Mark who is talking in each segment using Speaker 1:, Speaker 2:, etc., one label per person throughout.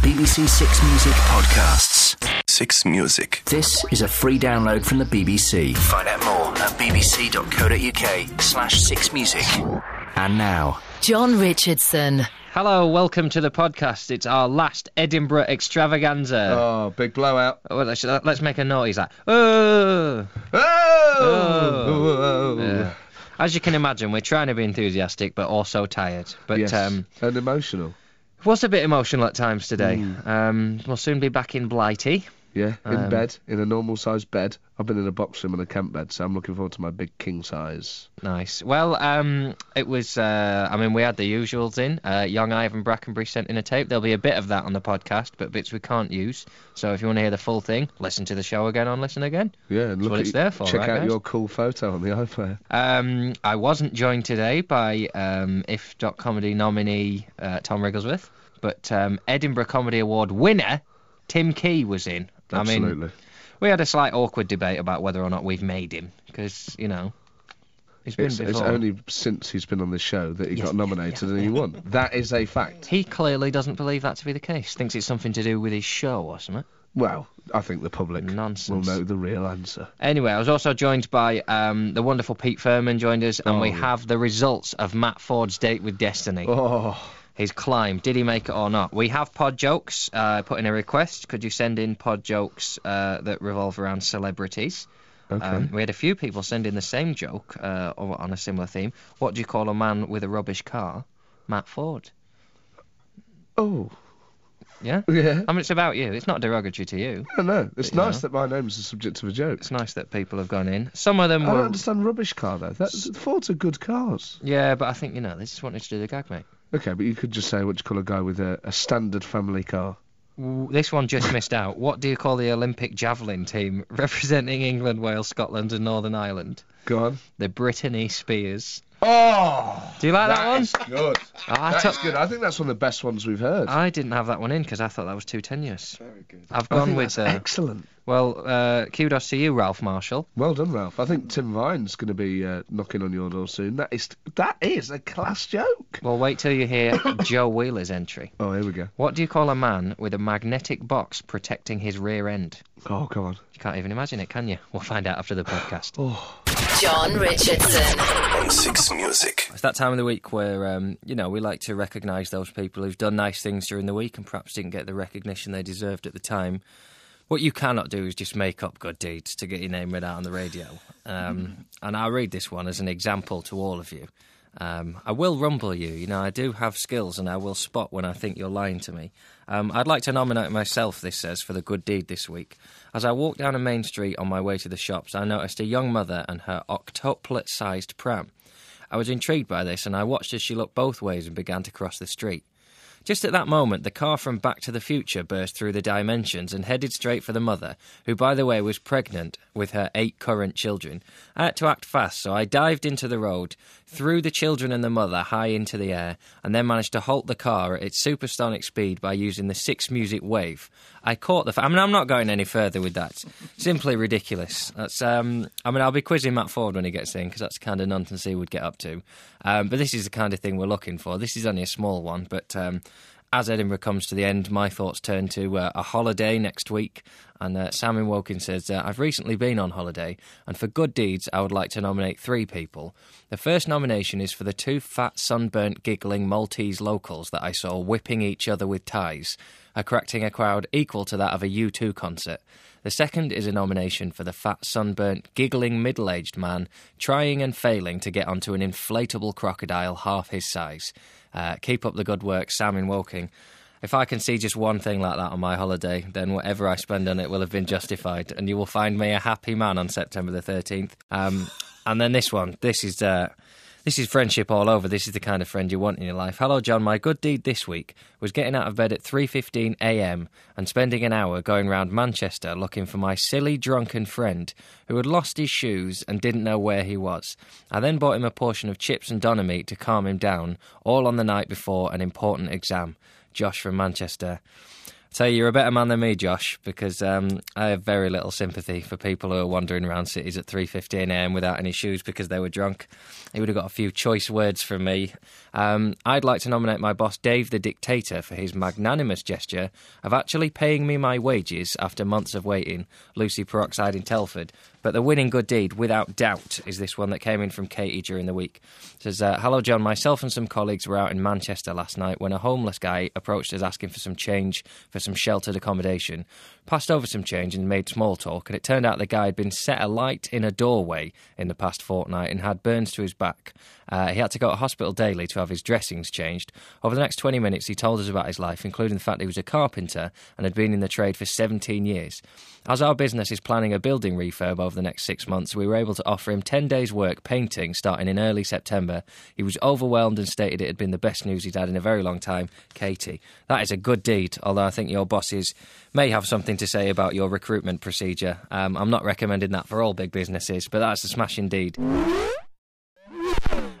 Speaker 1: BBC Six Music podcasts.
Speaker 2: Six Music.
Speaker 1: This is a free download from the BBC. Find out more at bbc.co.uk slash six music. And now,
Speaker 3: John Richardson.
Speaker 4: Hello, welcome to the podcast. It's our last Edinburgh extravaganza.
Speaker 5: Oh, big blowout.
Speaker 4: Oh, let's, let's make a noise like, oh.
Speaker 5: Oh!
Speaker 4: Oh.
Speaker 5: Oh.
Speaker 4: Yeah. As you can imagine, we're trying to be enthusiastic but also tired. But
Speaker 5: Yes.
Speaker 4: um,
Speaker 5: and emotional.
Speaker 4: it was a bit emotional at times today. Um, we'll soon be back in Blighty.
Speaker 5: Yeah, in
Speaker 4: um,
Speaker 5: bed, in a normal sized bed. I've been in a box room and a camp bed, so I'm looking forward to my big king size.
Speaker 4: Nice. Well, um, it was. Uh, I mean, we had the usuals in. Uh, young Ivan Brackenbury sent in a tape. There'll be a bit of that on the podcast, but bits we can't use. So if you want to hear the full thing, listen to the show again on Listen Again.
Speaker 5: Yeah, and
Speaker 4: That's
Speaker 5: look
Speaker 4: what
Speaker 5: at
Speaker 4: it's
Speaker 5: you-
Speaker 4: there for,
Speaker 5: Check
Speaker 4: right,
Speaker 5: out
Speaker 4: guys?
Speaker 5: your cool photo on the iPlayer.
Speaker 4: Um, I wasn't joined today by um, if.comedy nominee uh, Tom Rigglesworth, but um, Edinburgh Comedy Award winner Tim Key was in. I mean,
Speaker 5: Absolutely.
Speaker 4: we had a slight awkward debate about whether or not we've made him because you know he's been
Speaker 5: it's,
Speaker 4: before.
Speaker 5: it's only since he's been on this show that he
Speaker 4: Yes.
Speaker 5: got nominated and he won. That is a fact.
Speaker 4: He clearly doesn't believe that to be the case. Thinks it's something to do with his show or something.
Speaker 5: Well, I think the public will
Speaker 4: Nonsense.
Speaker 5: know the real answer.
Speaker 4: Anyway, I was also joined by um, the wonderful Pete Furman joined us, and we
Speaker 5: Oh.
Speaker 4: have the results of Matt Ford's date with Destiny.
Speaker 5: Oh,
Speaker 4: his climb. Did he make it or not? We have pod jokes. Uh, put in a request. Could you send in pod jokes uh, that revolve around celebrities?
Speaker 5: okay.
Speaker 4: Um, we had a few people send in the same joke uh, or on a similar theme. What do you call a man with a rubbish car? Matt Ford.
Speaker 5: oh,
Speaker 4: Yeah.
Speaker 5: yeah.
Speaker 4: I mean, it's about you. It's not derogatory to you.
Speaker 5: I don't know. It's
Speaker 4: you
Speaker 5: nice
Speaker 4: know.
Speaker 5: that my name's the subject of a joke.
Speaker 4: It's nice that people have gone in. Some of them
Speaker 5: I don't
Speaker 4: were.
Speaker 5: understand rubbish car though. That's Fords are good cars.
Speaker 4: Yeah, but I think you know they just wanted to do the gag, mate.
Speaker 5: Okay, but you could just say what you call a guy with a, a standard family car.
Speaker 4: Ooh, This one just missed out. What do you call the Olympic javelin team representing England, Wales, Scotland, and Northern Ireland?
Speaker 5: Go on.
Speaker 4: The Brittany Spears.
Speaker 5: Oh,
Speaker 4: Do you like that, one? Oh,
Speaker 5: good.
Speaker 4: I
Speaker 5: That's
Speaker 4: took-
Speaker 5: good. I think that's one of the best ones we've heard.
Speaker 4: I didn't have that one in because I thought that was too tenuous.
Speaker 5: Very good.
Speaker 4: I've
Speaker 5: I
Speaker 4: gone
Speaker 5: think
Speaker 4: with
Speaker 5: that's
Speaker 4: uh,
Speaker 5: excellent.
Speaker 4: well. Uh, kudos to you, Ralph Marshall.
Speaker 5: Well done, Ralph. I think Tim Vine's going to be uh, knocking on your door soon. That is that is a class joke.
Speaker 4: Well, wait till you hear Joe Wheeler's entry.
Speaker 5: Oh, here we go.
Speaker 4: What do you call a man with a magnetic box protecting his rear end?
Speaker 5: Oh, come on.
Speaker 4: You can't even imagine it, can you? We'll find out after the podcast.
Speaker 3: John Richardson.
Speaker 2: On Six Music.
Speaker 4: It's that time of the week where, um, you know, we like to recognise those people who've done nice things during the week and perhaps didn't get the recognition they deserved at the time. What you cannot do is just make up good deeds to get your name read out on the radio. Um, and I'll read this one as an example to all of you. Um, I will rumble you. You know, I do have skills and I will spot when I think you're lying to me. Um, I'd like to nominate myself, this says, for the good deed this week. As I walked down a main street on my way to the shops, I noticed a young mother and her octuplet sized pram. I was intrigued by this and I watched as she looked both ways and began to cross the street. Just at that moment, the car from Back to the Future burst through the dimensions and headed straight for the mother, who, by the way, was pregnant with her eight current children. I had to act fast, so I dived into the road, threw the children and the mother high into the air, and then managed to halt the car at its supersonic speed by using the six music wave. I caught the. F- I mean, I'm not going any further with that. Simply ridiculous. That's. Um, I mean, I'll be quizzing Matt Ford when he gets in because that's the kind of nonsense he would get up to. Um, but this is the kind of thing we're looking for. This is only a small one, but. Um, as Edinburgh comes to the end, my thoughts turn to uh, a holiday next week. And uh, Sam in Woking says, uh, I've recently been on holiday, and for good deeds, I would like to nominate three people. The first nomination is for the two fat, sunburnt, giggling Maltese locals that I saw whipping each other with ties, attracting a crowd equal to that of a U2 concert. The second is a nomination for the fat, sunburnt, giggling middle aged man trying and failing to get onto an inflatable crocodile half his size. Uh, keep up the good work, Sam in Woking. If I can see just one thing like that on my holiday, then whatever I spend on it will have been justified, and you will find me a happy man on September the 13th. Um, and then this one. This is. Uh, this is friendship all over. This is the kind of friend you want in your life. Hello, John. My good deed this week was getting out of bed at 3:15 a.m. and spending an hour going round Manchester looking for my silly drunken friend who had lost his shoes and didn't know where he was. I then bought him a portion of chips and doner meat to calm him down, all on the night before an important exam. Josh from Manchester. Tell you, you're a better man than me, Josh, because um, I have very little sympathy for people who are wandering around cities at 3:15 a.m. without any shoes because they were drunk. He would have got a few choice words from me. Um, I'd like to nominate my boss, Dave the Dictator, for his magnanimous gesture of actually paying me my wages after months of waiting. Lucy Peroxide in Telford. But the winning good deed, without doubt, is this one that came in from Katie during the week. It says, uh, Hello, John. Myself and some colleagues were out in Manchester last night when a homeless guy approached us asking for some change for some sheltered accommodation. Passed over some change and made small talk, and it turned out the guy had been set alight in a doorway in the past fortnight and had burns to his back. Uh, he had to go to hospital daily to have his dressings changed. Over the next 20 minutes, he told us about his life, including the fact he was a carpenter and had been in the trade for 17 years. As our business is planning a building refurb over the next six months, we were able to offer him 10 days' work painting starting in early September. He was overwhelmed and stated it had been the best news he'd had in a very long time. Katie, that is a good deed, although I think your bosses may have something to say about your recruitment procedure. Um, I'm not recommending that for all big businesses, but that's a smashing deed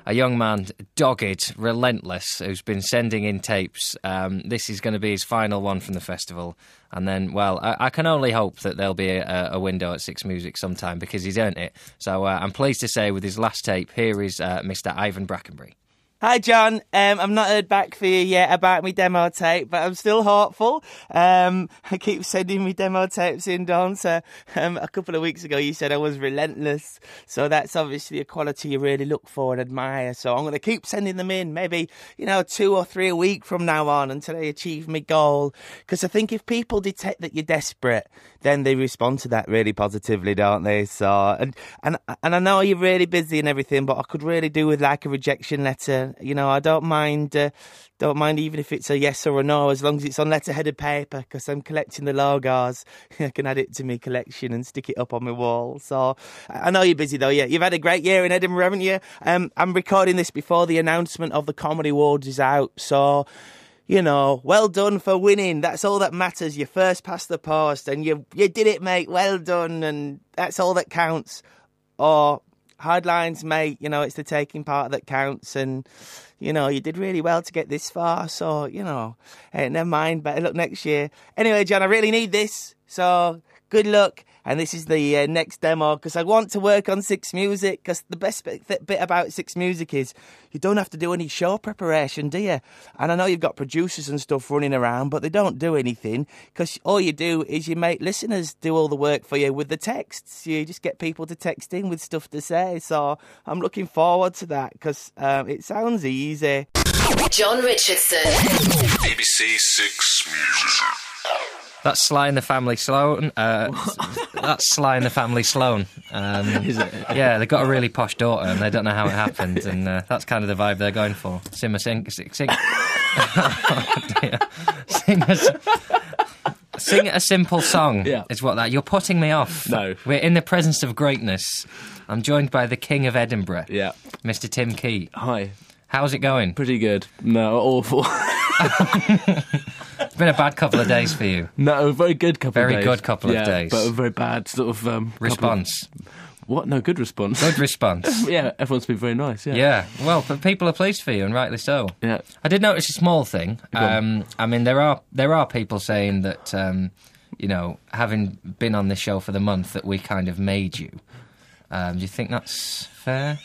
Speaker 4: a young man, dogged, relentless, who's been sending in tapes. Um, this is going to be his final one from the festival. And then, well, I, I can only hope that there'll be a, a window at Six Music sometime because he's earned it. So uh, I'm pleased to say, with his last tape, here is uh, Mr. Ivan Brackenbury.
Speaker 6: Hi, John. Um, I've not heard back for you yet about my demo tape, but I'm still hopeful. Um, I keep sending me demo tapes in, Don. So um, a couple of weeks ago, you said I was relentless. So that's obviously a quality you really look for and admire. So I'm going to keep sending them in, maybe, you know, two or three a week from now on until I achieve my goal. Because I think if people detect that you're desperate, then they respond to that really positively, don't they? So, and, and, and I know you're really busy and everything, but I could really do with like a rejection letter you know, I don't mind, uh, don't mind even if it's a yes or a no, as long as it's on letterheaded paper, because I'm collecting the logos. I can add it to my collection and stick it up on my wall. So I I know you're busy though. Yeah, you've had a great year in Edinburgh, haven't you? Um, I'm recording this before the announcement of the Comedy Awards is out, so you know, well done for winning. That's all that matters. You first past the post, and you you did it, mate. Well done, and that's all that counts. Or hard lines, mate. You know, it's the taking part that counts, and you know, you did really well to get this far. So you know, eh, never mind. Better luck next year. Anyway, John, I really need this. So good luck. And this is the uh, next demo because I want to work on Six Music. Because the best bit, th- bit about Six Music is you don't have to do any show preparation, do you? And I know you've got producers and stuff running around, but they don't do anything because all you do is you make listeners do all the work for you with the texts. You just get people to text in with stuff to say. So I'm looking forward to that because um, it sounds easy.
Speaker 3: John Richardson.
Speaker 2: BBC Six Music.
Speaker 4: That's Sly and the Family Sloan. Uh, that's Sly and the Family Sloan. Um, Is it? Yeah, they've got a really posh daughter and they don't know how it happened. And uh, that's kind of the vibe they're going for. Simmer sing. sing, sing. Oh, dear. Sing a, s- sing a simple song
Speaker 7: Yeah.
Speaker 4: is what that. You're putting me off.
Speaker 7: No.
Speaker 4: We're in the presence of greatness. I'm joined by the King of Edinburgh,
Speaker 7: Yeah.
Speaker 4: Mr. Tim Key.
Speaker 7: Hi.
Speaker 4: How's it going?
Speaker 7: Pretty good. No, awful.
Speaker 4: It's been a bad couple of days for you.
Speaker 7: no, a very good couple
Speaker 4: Very
Speaker 7: of days.
Speaker 4: good couple of
Speaker 7: Yeah,
Speaker 4: days.
Speaker 7: But a very bad sort of um, couple of-
Speaker 4: Response.
Speaker 7: what? No, good response.
Speaker 4: Good response.
Speaker 7: yeah, everyone's been very nice. Yeah.
Speaker 4: Yeah, well, but people are pleased for you, and rightly so.
Speaker 7: Yeah.
Speaker 4: I did notice a small thing.
Speaker 7: on.
Speaker 4: Um, I mean, there are there are people saying that um, you know, having been on this show for the month, that we kind of made you. Um, do you think that's fair?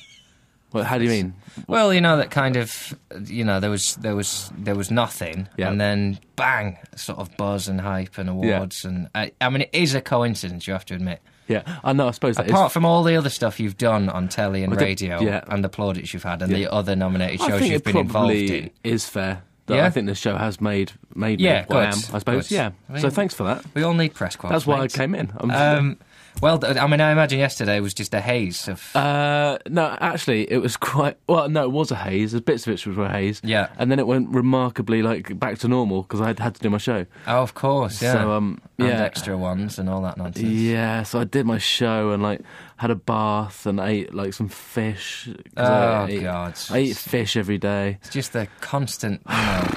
Speaker 7: Well, how do you mean?
Speaker 4: Well, you know that kind of you know there was there was there was nothing,
Speaker 7: Yeah.
Speaker 4: and then bang, sort of buzz and hype and awards, and I, I mean, it is a coincidence. You have to admit.
Speaker 7: Yeah. I know. I suppose that is.
Speaker 4: Apart from all the other stuff you've done on telly and
Speaker 7: I don't-
Speaker 4: radio,
Speaker 7: yeah.
Speaker 4: and the plaudits you've had, and
Speaker 7: Yeah.
Speaker 4: the other nominated
Speaker 7: I
Speaker 4: shows
Speaker 7: think
Speaker 4: you've
Speaker 7: it
Speaker 4: been involved
Speaker 7: probably
Speaker 4: in,
Speaker 7: is fair. That
Speaker 4: Yeah?
Speaker 7: I think this show has made made
Speaker 4: Yeah,
Speaker 7: me what I am.
Speaker 4: good,
Speaker 7: I suppose.
Speaker 4: good.
Speaker 7: Yeah.
Speaker 4: I mean-
Speaker 7: so thanks for that.
Speaker 4: We all need press quotes.
Speaker 7: That's why I
Speaker 4: mate.
Speaker 7: came in. I'm-
Speaker 4: Um, well, th- I mean, I imagine yesterday was just a haze of.
Speaker 7: Uh, no, actually, it was quite. Well, no, it was a haze. There's Bits of it were a haze.
Speaker 4: Yeah.
Speaker 7: And then it went remarkably like back to normal because I had, had to do my show.
Speaker 4: oh, of course, yeah.
Speaker 7: So, um,
Speaker 4: And
Speaker 7: yeah.
Speaker 4: extra ones and all that nonsense.
Speaker 7: Yeah, so I did my show and like had a bath and ate like some fish. 'cause
Speaker 4: Oh,
Speaker 7: I ate,
Speaker 4: God.
Speaker 7: I eat fish every day.
Speaker 4: It's just the constant, you know,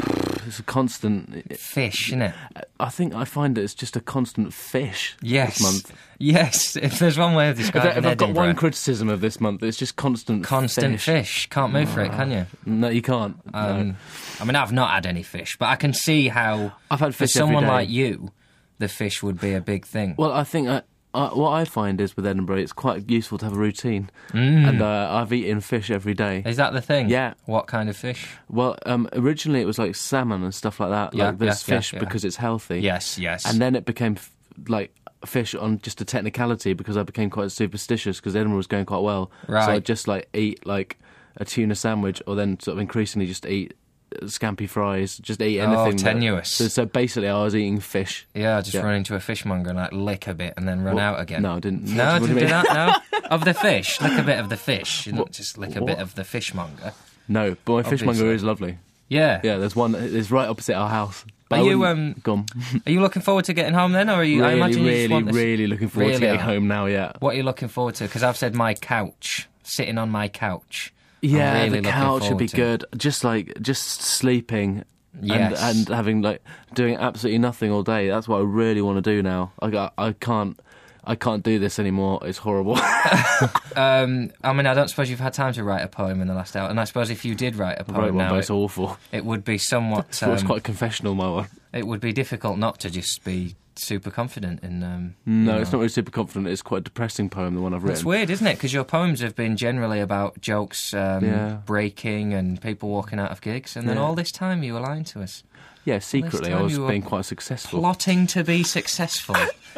Speaker 7: It's a constant.
Speaker 4: Fish, innit?
Speaker 7: I think I find that it's just a constant fish.
Speaker 4: Yes.
Speaker 7: This month.
Speaker 4: Yes. If there's one way of
Speaker 7: If,
Speaker 4: describing
Speaker 7: I, have got
Speaker 4: Edinburgh,
Speaker 7: one criticism of this month, it's just constant.
Speaker 4: constant fish. Can't move for it,
Speaker 7: Ah.
Speaker 4: can you?
Speaker 7: No, you can't.
Speaker 4: Um,
Speaker 7: no.
Speaker 4: I mean, I've not had any fish, but I can see how
Speaker 7: I've had
Speaker 4: for
Speaker 7: fish every
Speaker 4: someone
Speaker 7: day.
Speaker 4: like you, the fish would be a big thing.
Speaker 7: Well, I think I, I, what I find is with Edinburgh, it's quite useful to have a routine, and uh, I've eaten fish every day.
Speaker 4: Mm. Is that the thing?
Speaker 7: Yeah.
Speaker 4: What kind of fish?
Speaker 7: Well, um, originally it was like salmon and stuff like that,
Speaker 4: Yeah,
Speaker 7: like this
Speaker 4: yeah, yeah,
Speaker 7: fish
Speaker 4: yeah.
Speaker 7: because it's healthy.
Speaker 4: Yes, yes.
Speaker 7: And then it became f- like fish on just a technicality because I became quite superstitious because Edinburgh was going quite well. So I
Speaker 4: Right.
Speaker 7: just like eat like a tuna sandwich or then sort of increasingly just eat uh, scampi fries, just eat
Speaker 4: Oh,
Speaker 7: anything. that-
Speaker 4: tenuous.
Speaker 7: so, so basically I was eating fish.
Speaker 4: yeah, just
Speaker 7: Yeah.
Speaker 4: run into a fishmonger and like lick a bit and then run
Speaker 7: What?
Speaker 4: out again.
Speaker 7: No, I didn't.
Speaker 4: No, I
Speaker 7: What do you
Speaker 4: didn't do
Speaker 7: mean?
Speaker 4: that. No, of the fish, lick a bit of the fish, not just lick a bit
Speaker 7: what?
Speaker 4: of the fishmonger.
Speaker 7: No, but my fishmonger
Speaker 4: Obviously.
Speaker 7: is lovely.
Speaker 4: Yeah.
Speaker 7: Yeah, there's one. It's right opposite our house. But
Speaker 4: Are
Speaker 7: I
Speaker 4: you,
Speaker 7: wouldn't-
Speaker 4: um,
Speaker 7: gone?
Speaker 4: Are you looking forward to getting home then, or are you? I
Speaker 7: really,
Speaker 4: imagine you just
Speaker 7: really,
Speaker 4: want this-
Speaker 7: really looking forward
Speaker 4: Really
Speaker 7: to getting
Speaker 4: are.
Speaker 7: home now. Yeah.
Speaker 4: What are you looking forward to? Because I've said my couch, sitting on my couch. I'm
Speaker 7: Yeah,
Speaker 4: really
Speaker 7: the
Speaker 4: looking
Speaker 7: couch would
Speaker 4: forward
Speaker 7: be
Speaker 4: to.
Speaker 7: good. Just like just sleeping.
Speaker 4: Yes.
Speaker 7: And, and having like doing absolutely nothing all day. That's what I really want to do now. Like, I I can't I can't do this anymore. It's horrible.
Speaker 4: Um, I mean, I don't suppose you've had time to write a poem in the last hour, and I suppose if you did write a poem
Speaker 7: right one,
Speaker 4: now,
Speaker 7: but
Speaker 4: it,
Speaker 7: it's awful.
Speaker 4: it would be somewhat.
Speaker 7: Well, it's
Speaker 4: um,
Speaker 7: quite confessional, my one.
Speaker 4: It would be difficult not to just be super confident in. Um,
Speaker 7: No,
Speaker 4: you
Speaker 7: it's
Speaker 4: know.
Speaker 7: not really super confident. It's quite a depressing poem, the one I've
Speaker 4: It's
Speaker 7: written.
Speaker 4: weird, isn't it? Because your poems have been generally about jokes um,
Speaker 7: Yeah.
Speaker 4: breaking and people walking out of gigs, and then
Speaker 7: Yeah.
Speaker 4: all this time you were lying to us,
Speaker 7: Yeah, secretly, I
Speaker 4: time
Speaker 7: was
Speaker 4: you were
Speaker 7: being quite successful.
Speaker 4: plotting to be successful.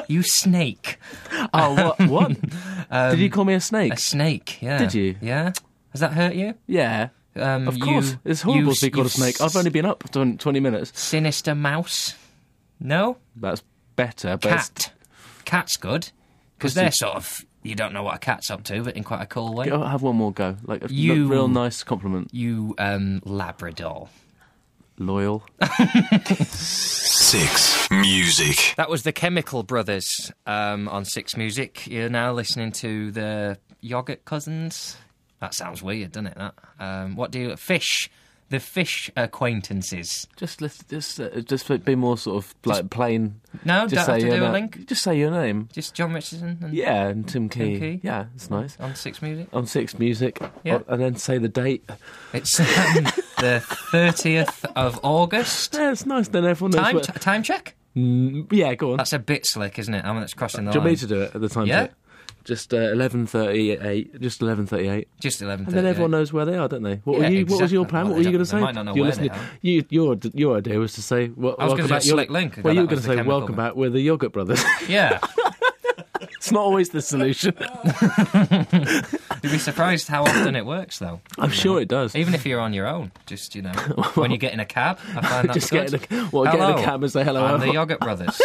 Speaker 4: you snake,
Speaker 7: Oh, what? what? Did you call me a snake?
Speaker 4: Um, a snake. Yeah.
Speaker 7: Did you?
Speaker 4: Yeah. Has that hurt you?
Speaker 7: yeah.
Speaker 4: Um,
Speaker 7: Of course.
Speaker 4: you-
Speaker 7: it's horrible
Speaker 4: you-
Speaker 7: to be called
Speaker 4: you
Speaker 7: a snake. I've only been up twen- 20 minutes.
Speaker 4: Sinister mouse? No?
Speaker 7: That's better, but it's-
Speaker 4: Cat. Cat's good. Because they're sort of. You don't know what a cat's up to, but in quite a cool way.
Speaker 7: Go- have one more go. Like a
Speaker 4: You-
Speaker 7: l- real nice compliment.
Speaker 4: You, um, Labrador.
Speaker 7: Loyal.
Speaker 2: Six music.
Speaker 4: That was the Chemical Brothers um, on Six Music. You're now listening to the Yogurt Cousins. That sounds weird, doesn't it? That. Um, what do you. Fish. The Fish Acquaintances.
Speaker 7: Just let just uh, just be more sort of like plain.
Speaker 4: No,
Speaker 7: just
Speaker 4: don't have
Speaker 7: say
Speaker 4: to
Speaker 7: your
Speaker 4: do a
Speaker 7: na-
Speaker 4: link.
Speaker 7: Just say your name.
Speaker 4: Just John Richardson and
Speaker 7: Yeah, and Tim Key.
Speaker 4: Key.
Speaker 7: Yeah, it's nice.
Speaker 4: on Six Music.
Speaker 7: On Six Music,
Speaker 4: Yeah.
Speaker 7: and then say the date.
Speaker 4: It's um, the 30th of August.
Speaker 7: Yeah, it's nice. Then everyone knows.
Speaker 4: Time,
Speaker 7: what-
Speaker 4: t- time check?
Speaker 7: Mm, yeah, go on.
Speaker 4: That's a bit slick, isn't it? I mean, it's crossing the
Speaker 7: do you
Speaker 4: line.
Speaker 7: want me to do it at the time?
Speaker 4: Yeah.
Speaker 7: check? Just uh, eleven thirty-eight. Just eleven thirty-eight.
Speaker 4: Just 11
Speaker 7: And then everyone knows where they are, don't they? What
Speaker 4: Yeah,
Speaker 7: were you? What was your
Speaker 4: exactly. Well,
Speaker 7: plan? what were
Speaker 4: they
Speaker 7: you going to
Speaker 4: don't- they
Speaker 7: say?
Speaker 4: might not know
Speaker 7: You're
Speaker 4: where
Speaker 7: listening-
Speaker 4: they are.
Speaker 7: you- your your idea was to say. Well,
Speaker 4: I was
Speaker 7: welcome
Speaker 4: gonna
Speaker 7: back.
Speaker 4: do a
Speaker 7: You're-
Speaker 4: slick link.
Speaker 7: Well, you
Speaker 4: That
Speaker 7: were
Speaker 4: was
Speaker 7: going to
Speaker 4: the
Speaker 7: say
Speaker 4: chemical
Speaker 7: welcome
Speaker 4: bit.
Speaker 7: back. We're the yogurt brothers.
Speaker 4: Yeah.
Speaker 7: it's not always the solution.
Speaker 4: You'd be surprised how often it works, though.
Speaker 7: I'm sure it does.
Speaker 4: Even if you're on your own, just, you know, when you get in a cab, I find that
Speaker 7: Just
Speaker 4: good.
Speaker 7: get in a- well, get in a
Speaker 4: Hello,
Speaker 7: cab and say hello.
Speaker 4: I'm the Yogurt Brothers.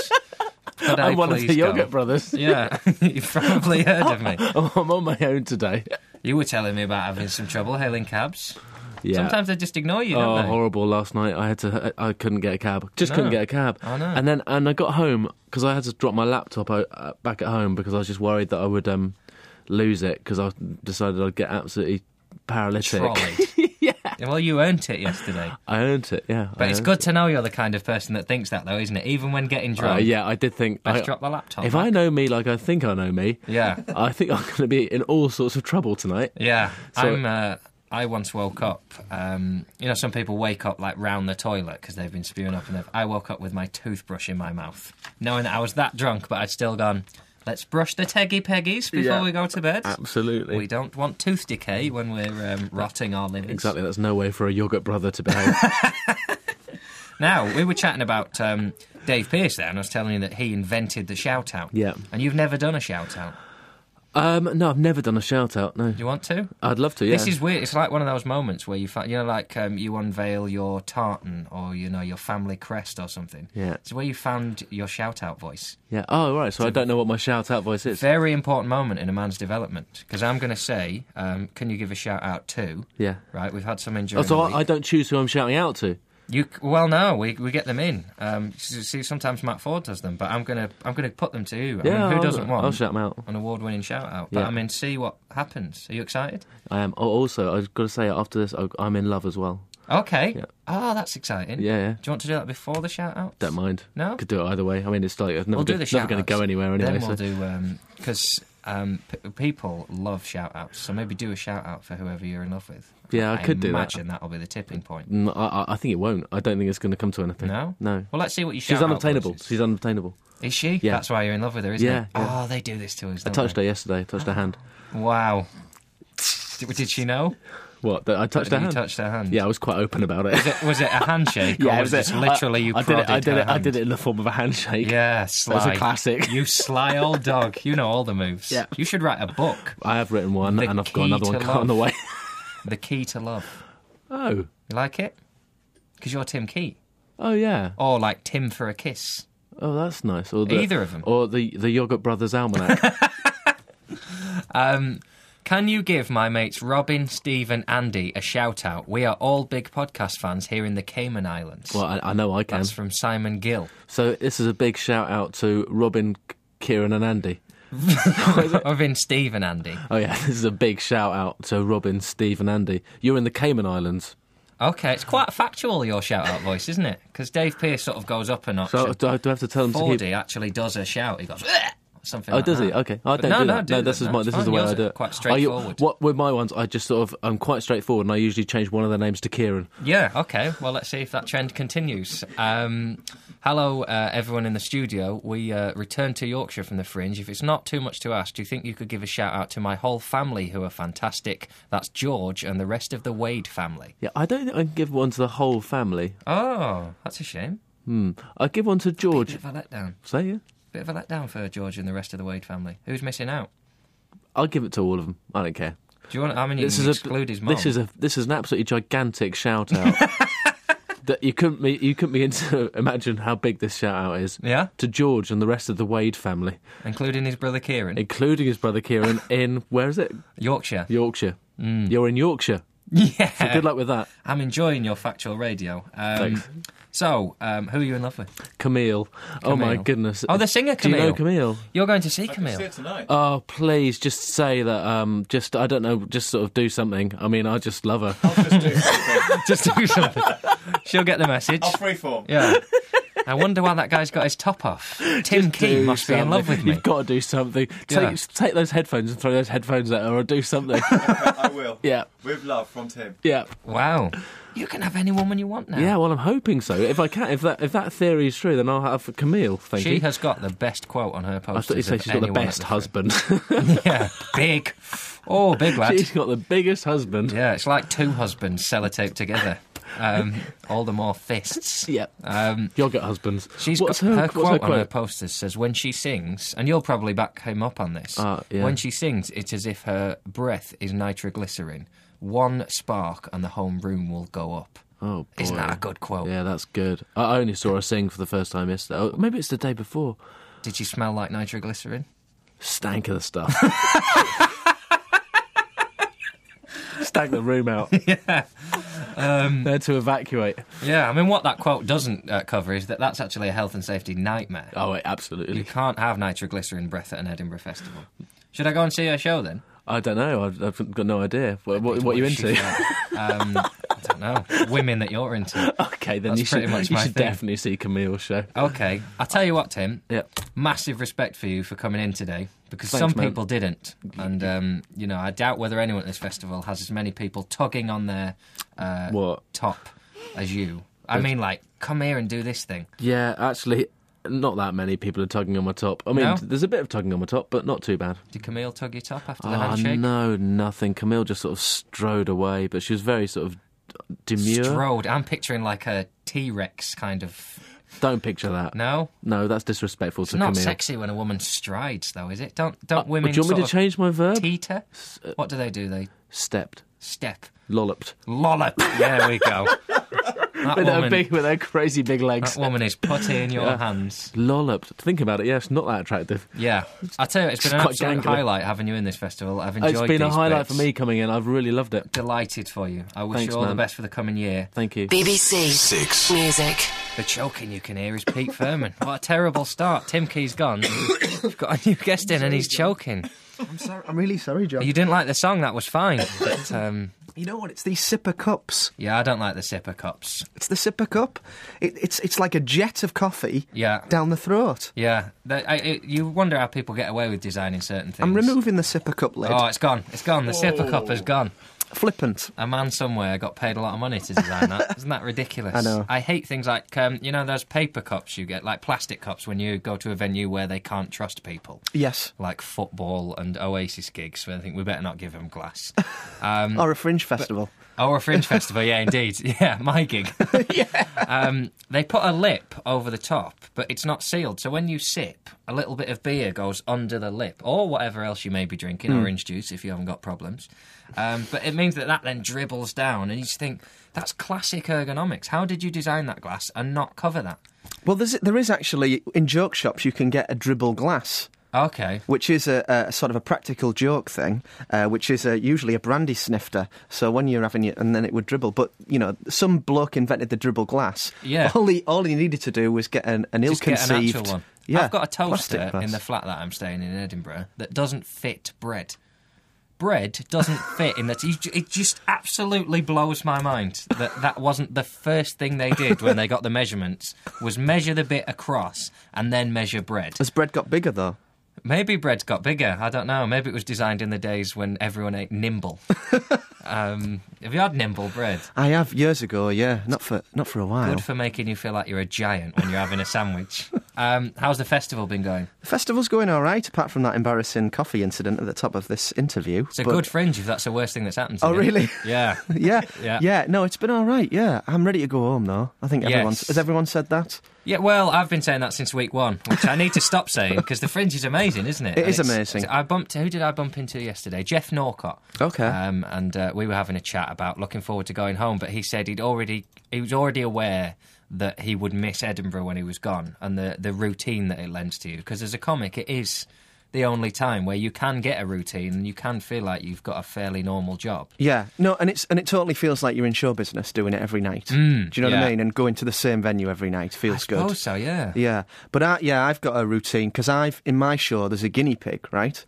Speaker 4: Could I
Speaker 7: I'm one of
Speaker 4: please
Speaker 7: the
Speaker 4: go?
Speaker 7: yogurt brothers.
Speaker 4: Yeah, you've probably heard of me.
Speaker 7: I'm on my own today.
Speaker 4: You were telling me about having some trouble hailing cabs.
Speaker 7: Yeah.
Speaker 4: Sometimes they just ignore you,
Speaker 7: Oh,
Speaker 4: don't they?
Speaker 7: horrible! Last night I had to. I couldn't get a cab. Just couldn't
Speaker 4: No.
Speaker 7: get a cab.
Speaker 4: I know.
Speaker 7: And then and I got home because I had to drop my laptop o- uh, back at home because I was just worried that I would um, lose it because I decided I'd get absolutely paralytic.
Speaker 4: Trolley. yeah. Well, you earned it yesterday.
Speaker 7: I earned it. Yeah.
Speaker 4: But
Speaker 7: I
Speaker 4: it's
Speaker 7: earned
Speaker 4: good to know you're the kind of person that thinks that, though, isn't it? Even when getting
Speaker 7: it. Uh,
Speaker 4: drunk.
Speaker 7: yeah, I did think.
Speaker 4: Best
Speaker 7: I-
Speaker 4: drop the laptop.
Speaker 7: if I know me like I think I know me,
Speaker 4: Yeah.
Speaker 7: I think I'm going to be in all sorts of trouble tonight.
Speaker 4: Yeah.
Speaker 7: So-
Speaker 4: I'm. Uh, I once woke up. Um, you know, some people wake up like round the toilet because they've been spewing up, and they've, I woke up with my toothbrush in my mouth, knowing that I was that drunk, but I'd still gone. Let's brush the teggy peggies before
Speaker 7: Yeah.
Speaker 4: we go to bed.
Speaker 7: Absolutely.
Speaker 4: We don't want tooth decay when we're um, rotting our limbs.
Speaker 7: Exactly. That's no way for a yogurt brother to behave.
Speaker 4: Now, we were chatting about um, Dave Pearce there, and I was telling you that he invented the shout out.
Speaker 7: Yeah.
Speaker 4: And you've never done a shout out.
Speaker 7: um, no, I've never done a shout out. No,
Speaker 4: Do you want to?
Speaker 7: I'd love to. Yeah.
Speaker 4: This is weird. It's like one of those moments where you find, you know, like um, you unveil your tartan or you know your family crest or something.
Speaker 7: Yeah.
Speaker 4: it's where you found your shout out voice.
Speaker 7: yeah. Oh, right. So I don't know what my shout out voice is.
Speaker 4: Very important moment in a man's development because I'm going to say, um, can you give a shout out to?
Speaker 7: Yeah.
Speaker 4: Right, we've had some
Speaker 7: Oh,
Speaker 4: injuries.
Speaker 7: so I, I don't choose who I'm shouting out to.
Speaker 4: You c- well, no, we we get them in. Um, s- see, sometimes Matt Ford does them, but I'm gonna I'm gonna put them to you. I
Speaker 7: Yeah,
Speaker 4: mean, who
Speaker 7: I'll-
Speaker 4: doesn't want?
Speaker 7: I'll shout 'em out.
Speaker 4: An award-winning shout out. But
Speaker 7: Yeah.
Speaker 4: I mean, see what happens. Are you excited?
Speaker 7: I am. Oh, also, I've got to say, after this, I- I'm in love as well.
Speaker 4: Okay.
Speaker 7: Yeah.
Speaker 4: Ah, that's exciting.
Speaker 7: Yeah, yeah.
Speaker 4: Do you want to do that before the shout out?
Speaker 7: Don't mind.
Speaker 4: No?
Speaker 7: Could do it either way. I mean, it's like it's never,
Speaker 4: We'll do
Speaker 7: gonna-
Speaker 4: the
Speaker 7: it's
Speaker 4: shout
Speaker 7: never going to go anywhere anyway.
Speaker 4: Then we'll
Speaker 7: so.
Speaker 4: do because um, p- people love shout outs, so maybe do a shout out for whoever you're in love with.
Speaker 7: Yeah, I could do that.
Speaker 4: Imagine that'll be the tipping point.
Speaker 7: Mm, I, I- I think it won't. I don't think it's going to come to anything.
Speaker 4: No,
Speaker 7: No.
Speaker 4: Well, let's see what you shout
Speaker 7: She's unobtainable.
Speaker 4: Out was.
Speaker 7: She's unobtainable.
Speaker 4: Is she?
Speaker 7: Yeah.
Speaker 4: That's why you're in love with her, isn't
Speaker 7: Yeah,
Speaker 4: it?
Speaker 7: yeah.
Speaker 4: Oh, they do this to us.
Speaker 7: I
Speaker 4: Don't
Speaker 7: touched
Speaker 4: they?
Speaker 7: her yesterday. Touched her hand.
Speaker 4: Wow. Did, did she know?
Speaker 7: What? that I touched
Speaker 4: That
Speaker 7: her
Speaker 4: you
Speaker 7: hand.
Speaker 4: touched her hand?
Speaker 7: Yeah, I was quite open about it.
Speaker 4: Was it, was it a handshake? or was it just
Speaker 7: I-
Speaker 4: literally you
Speaker 7: I did it. I
Speaker 4: prodded
Speaker 7: did
Speaker 4: her
Speaker 7: it. I
Speaker 4: hand?
Speaker 7: did it in the form of a handshake.
Speaker 4: Yeah,
Speaker 7: that was
Speaker 4: sly.
Speaker 7: a classic.
Speaker 4: You sly old dog. You know all the moves.
Speaker 7: Yeah.
Speaker 4: You should write a book,
Speaker 7: I have written one,
Speaker 4: The
Speaker 7: and I've
Speaker 4: key
Speaker 7: got another
Speaker 4: to
Speaker 7: one cut
Speaker 4: love.
Speaker 7: on the way.
Speaker 4: The Key to Love.
Speaker 7: oh,
Speaker 4: You like it? Because you're Tim Key.
Speaker 7: oh yeah.
Speaker 4: Or like Tim for a Kiss.
Speaker 7: Oh, that's nice. Or the,
Speaker 4: Either of 'em.
Speaker 7: Or the the Yogurt Brothers Almanac.
Speaker 4: Can you give my mates Robin, Steve, and Andy a shout out? We are all big podcast fans here in the Cayman Islands.
Speaker 7: well, um, I, I know I can.
Speaker 4: That's from Simon Gill.
Speaker 7: So this is a big shout out to Robin, Kieran, and Andy.
Speaker 4: Robin, Steve, and Andy.
Speaker 7: Oh yeah, this is a big shout out to Robin, Steve, and Andy. You're in the Cayman Islands.
Speaker 4: Okay, it's quite factual, your shout out voice, isn't it? Because Dave Pierce sort of goes up a notch.
Speaker 7: So
Speaker 4: and
Speaker 7: do I, do I have to tell them to keep?
Speaker 4: Fordy actually does a shout. He goes, "Ugh," something
Speaker 7: Oh,
Speaker 4: like
Speaker 7: does
Speaker 4: that.
Speaker 7: he? Okay, I
Speaker 4: But
Speaker 7: don't
Speaker 4: no,
Speaker 7: do
Speaker 4: no,
Speaker 7: that.
Speaker 4: do
Speaker 7: No,
Speaker 4: them.
Speaker 7: this is
Speaker 4: No,
Speaker 7: my
Speaker 4: it's
Speaker 7: this
Speaker 4: fine.
Speaker 7: is the way
Speaker 4: Yours
Speaker 7: I
Speaker 4: are
Speaker 7: do it.
Speaker 4: Quite
Speaker 7: I-
Speaker 4: straightforward.
Speaker 7: what with my ones, I just sort of I'm quite straightforward, and I usually change one of their names to Kieran.
Speaker 4: Yeah, okay. Well, let's see if that trend continues. Um, hello, uh, everyone in the studio. We uh, return to Yorkshire from the Fringe. If it's not too much to ask, do you think you could give a shout out to my whole family who are fantastic? That's George and the rest of the Wade family.
Speaker 7: Yeah, I don't think I can give one to the whole family.
Speaker 4: Oh, that's a shame.
Speaker 7: I give one to George.
Speaker 4: Bit of a letdown.
Speaker 7: Say yeah.
Speaker 4: Bit of a letdown for George and the rest of the Wade family. Who's missing out?
Speaker 7: I'll give it to all of them. I don't care.
Speaker 4: Do you want? I mean, you can exclude his mum.
Speaker 7: This is a this is an absolutely gigantic shout out. that you couldn't be, you couldn't begin to imagine how big this shout out is.
Speaker 4: Yeah.
Speaker 7: To George and the rest of the Wade family,
Speaker 4: including his brother Kieran.
Speaker 7: including his brother Kieran in where is it?
Speaker 4: Yorkshire.
Speaker 7: Yorkshire.
Speaker 4: Mm.
Speaker 7: You're in Yorkshire.
Speaker 4: Yeah.
Speaker 7: Good luck with that.
Speaker 4: I'm enjoying your factual radio. Um,
Speaker 7: Thanks.
Speaker 4: So, um, who are you in love with?
Speaker 7: Camille. Oh my
Speaker 4: Camille.
Speaker 7: goodness.
Speaker 4: Oh, the singer
Speaker 7: Do you know
Speaker 4: Camille.
Speaker 7: Camille?
Speaker 4: You're going to see Camille.
Speaker 7: Oh, please just say that. Um, just I don't know. Just sort of do something. I mean, I just love
Speaker 4: Oh,
Speaker 7: her.
Speaker 4: Just do something. She'll get the message.
Speaker 8: Freeform.
Speaker 4: Yeah. I wonder why that guy's got his top off. Tim Key
Speaker 7: Do
Speaker 4: must be in
Speaker 7: something.
Speaker 4: love with me.
Speaker 7: You've got to do something. Take
Speaker 4: Yeah.
Speaker 7: take those headphones and throw those headphones at her, or do something.
Speaker 8: I will.
Speaker 7: yeah,
Speaker 8: With love from Tim.
Speaker 7: yeah,
Speaker 4: Wow. You can have any woman you want now.
Speaker 7: yeah. Well, I'm hoping so. If I can, if that if that theory is true, then I'll have Camille. Thank
Speaker 4: She
Speaker 7: you.
Speaker 4: has got the best quote on her
Speaker 7: I
Speaker 4: post.
Speaker 7: thought you said she's got the best husband.
Speaker 4: Yeah, big. Oh, big lad.
Speaker 7: she's got the biggest husband.
Speaker 4: Yeah, it's like two husbands sellotaped together. Um, all the more fists.
Speaker 7: Yeah.
Speaker 4: Um,
Speaker 7: Yogurt husbands.
Speaker 4: She's
Speaker 7: what's
Speaker 4: got her,
Speaker 7: what's
Speaker 4: quote, on her posters says when she sings, and you'll probably back him up on this.
Speaker 7: Ah, yeah.
Speaker 4: When she sings, it's as if her breath is nitroglycerin. One spark and the whole room will go up.
Speaker 7: Oh, boy.
Speaker 4: Isn't that a good quote?
Speaker 7: Yeah, that's good. I I only saw her sing for the first time yesterday. Oh, maybe it's the day before.
Speaker 4: Did she smell like nitroglycerin?
Speaker 7: Stank of the stuff. Stank the room out. Yeah. Um, there to evacuate.
Speaker 4: Yeah, I mean, what that quote doesn't uh, cover is that that's actually a health and safety nightmare.
Speaker 7: Oh, wait,
Speaker 4: You
Speaker 7: absolutely.
Speaker 4: can't have nitroglycerin breath at an Edinburgh festival. Should I go and see her show then?
Speaker 7: I don't know. I've, I've got no idea. What, what, what are you
Speaker 4: is she
Speaker 7: into?
Speaker 4: for? um, I don't know. Women that you're into.
Speaker 7: okay, then
Speaker 4: That's
Speaker 7: you should,
Speaker 4: pretty much
Speaker 7: you
Speaker 4: my
Speaker 7: should
Speaker 4: thing.
Speaker 7: definitely see Camille's show.
Speaker 4: Okay, I'll tell you what, Tim.
Speaker 7: Yeah.
Speaker 4: massive respect for you for coming in today because
Speaker 7: Thanks,
Speaker 4: some
Speaker 7: mate.
Speaker 4: people didn't, and um, you know I doubt whether anyone at this festival has as many people tugging on their uh,
Speaker 7: What?
Speaker 4: top as you. I mean, like, come here and do this thing.
Speaker 7: Yeah, actually, not that many people are tugging on my top. I mean,
Speaker 4: No?
Speaker 7: there's a bit of tugging on my top, but not too bad.
Speaker 4: Did Camille tug your top after the
Speaker 7: Oh,
Speaker 4: handshake?
Speaker 7: no, nothing. Camille just sort of strode away, but she was very sort of demure.
Speaker 4: Strode. I'm picturing like a T Rex kind of.
Speaker 7: Don't picture that.
Speaker 4: No,
Speaker 7: No, that's disrespectful
Speaker 4: it's
Speaker 7: to
Speaker 4: not
Speaker 7: Camille. Uh,
Speaker 4: sexy when a woman strides, though, is it? Don't don't women.
Speaker 7: Do you want me to
Speaker 4: sort
Speaker 7: change my verb? uh,
Speaker 4: of Teeter. What do they do? They
Speaker 7: Stepped,
Speaker 4: step.
Speaker 7: lolloped,
Speaker 4: Lollop. There we go. That
Speaker 7: with
Speaker 4: woman. Uh,
Speaker 7: their big, with their crazy big
Speaker 4: That
Speaker 7: legs.
Speaker 4: woman is putty in your hands.
Speaker 7: Lolloped. Think about it. Yeah, it's not that attractive.
Speaker 4: Yeah, I tell you, it's been an
Speaker 7: quite
Speaker 4: absolute
Speaker 7: gangly.
Speaker 4: highlight having you in this festival. I've enjoyed.
Speaker 7: It's been a
Speaker 4: these
Speaker 7: highlight
Speaker 4: bits.
Speaker 7: for me coming in. I've really loved it.
Speaker 4: Delighted for you. I wish
Speaker 7: Thanks,
Speaker 4: you all the
Speaker 7: man.
Speaker 4: best for the coming year.
Speaker 7: Thank you.
Speaker 3: BBC
Speaker 2: Six.
Speaker 3: Music.
Speaker 4: The choking you can hear is Pete Furman. What a terrible start. Tim Key's gone. We've got a new guest in, and he's choking.
Speaker 9: I'm sorry. I'm really sorry, John.
Speaker 4: You didn't like the song. That was fine. But, um,
Speaker 9: You know what? It's these sipper cups.
Speaker 4: Yeah, I don't like the sipper cups.
Speaker 9: It's the sipper cup. It, it's it's like a jet of coffee
Speaker 4: Yeah.
Speaker 9: down the throat.
Speaker 4: Yeah, that, I, it, you wonder how people get away with designing certain things.
Speaker 9: I'm removing the sipper cup lid.
Speaker 4: Oh, it's gone. It's gone. The sipper cup
Speaker 7: Oh.
Speaker 4: has gone.
Speaker 9: Flippant.
Speaker 4: A man somewhere got paid a lot of money to design that. Isn't that ridiculous?
Speaker 9: I know.
Speaker 4: I hate things like um, you know those paper cups you get, like plastic cups, when you go to a venue where they can't trust people,
Speaker 9: Yes.
Speaker 4: like football and Oasis gigs, where they think we better not give them glass. Um,
Speaker 9: Or a fringe festival.
Speaker 4: Oh, a fringe festival, yeah, indeed. Yeah, my gig. Um, they put a lip over the top, but it's not sealed. So when you sip, a little bit of beer goes under the lip, or whatever else you may be drinking, orange juice if you haven't got problems. Um, but it means that that then dribbles down, and you just think, that's classic ergonomics. How did you design that glass and not cover that?
Speaker 9: Well, there's, there is actually, in joke shops, you can get a dribble glass.
Speaker 4: Okay.
Speaker 9: Which is a, a sort of a practical joke thing, uh, which is a, usually a brandy snifter. So when you're having it, and then it would dribble. But you know, some bloke invented the dribble glass.
Speaker 4: Yeah.
Speaker 9: All he all he needed to do was get an, an
Speaker 4: Just get an
Speaker 9: ill-conceived.
Speaker 4: actual one.
Speaker 9: Yeah,
Speaker 4: I've got a
Speaker 9: plastic
Speaker 4: toaster
Speaker 9: glass.
Speaker 4: in the flat that I'm staying in in Edinburgh that doesn't fit bread. Bread doesn't fit in that. It just absolutely blows my mind that that wasn't the first thing they did when they got the measurements was measure the bit across and then measure bread.
Speaker 9: Has bread got bigger though?
Speaker 4: Maybe bread's got bigger. I don't know. Maybe it was designed in the days when everyone ate nimble. um, have you had nimble bread?
Speaker 9: I have years ago. Yeah, not for not for a while.
Speaker 4: Good for making you feel like you're a giant when you're having a sandwich. Um, how's the festival been going?
Speaker 9: The festival's going all right, apart from that embarrassing coffee incident at the top of this interview.
Speaker 4: It's a
Speaker 9: but-
Speaker 4: good fringe if that's the worst thing that's happened to
Speaker 9: Oh,
Speaker 4: you.
Speaker 9: really?
Speaker 4: Yeah.
Speaker 9: Yeah,
Speaker 4: Yeah.
Speaker 9: yeah, No, it's been all right. Yeah, I'm ready to go home though. I think everyone's
Speaker 4: Yes.
Speaker 9: has everyone said that.
Speaker 4: Yeah, well, I've been saying that since week one, which I need to stop saying because the fringe is amazing, isn't it?
Speaker 9: It
Speaker 4: And
Speaker 9: is
Speaker 4: it's-
Speaker 9: amazing.
Speaker 4: I bumped. Who did I bump into yesterday? Jeff Norcott.
Speaker 9: Okay.
Speaker 4: Um, and uh, we were having a chat about looking forward to going home, but he said he'd already he was already aware that he would miss Edinburgh when he was gone, and the the routine that it lends to you. Because as a comic, it is the only time where you can get a routine and you can feel like you've got a fairly normal job.
Speaker 9: Yeah, no, and it's and it totally feels like you're in show business doing it every night. Do you know what
Speaker 4: Mm, yeah.
Speaker 9: I mean? And going to the same venue every night feels
Speaker 4: I
Speaker 9: good.
Speaker 4: suppose so. Yeah.
Speaker 9: Yeah, but I, yeah, I've got a routine because I've in my show there's a guinea pig, right?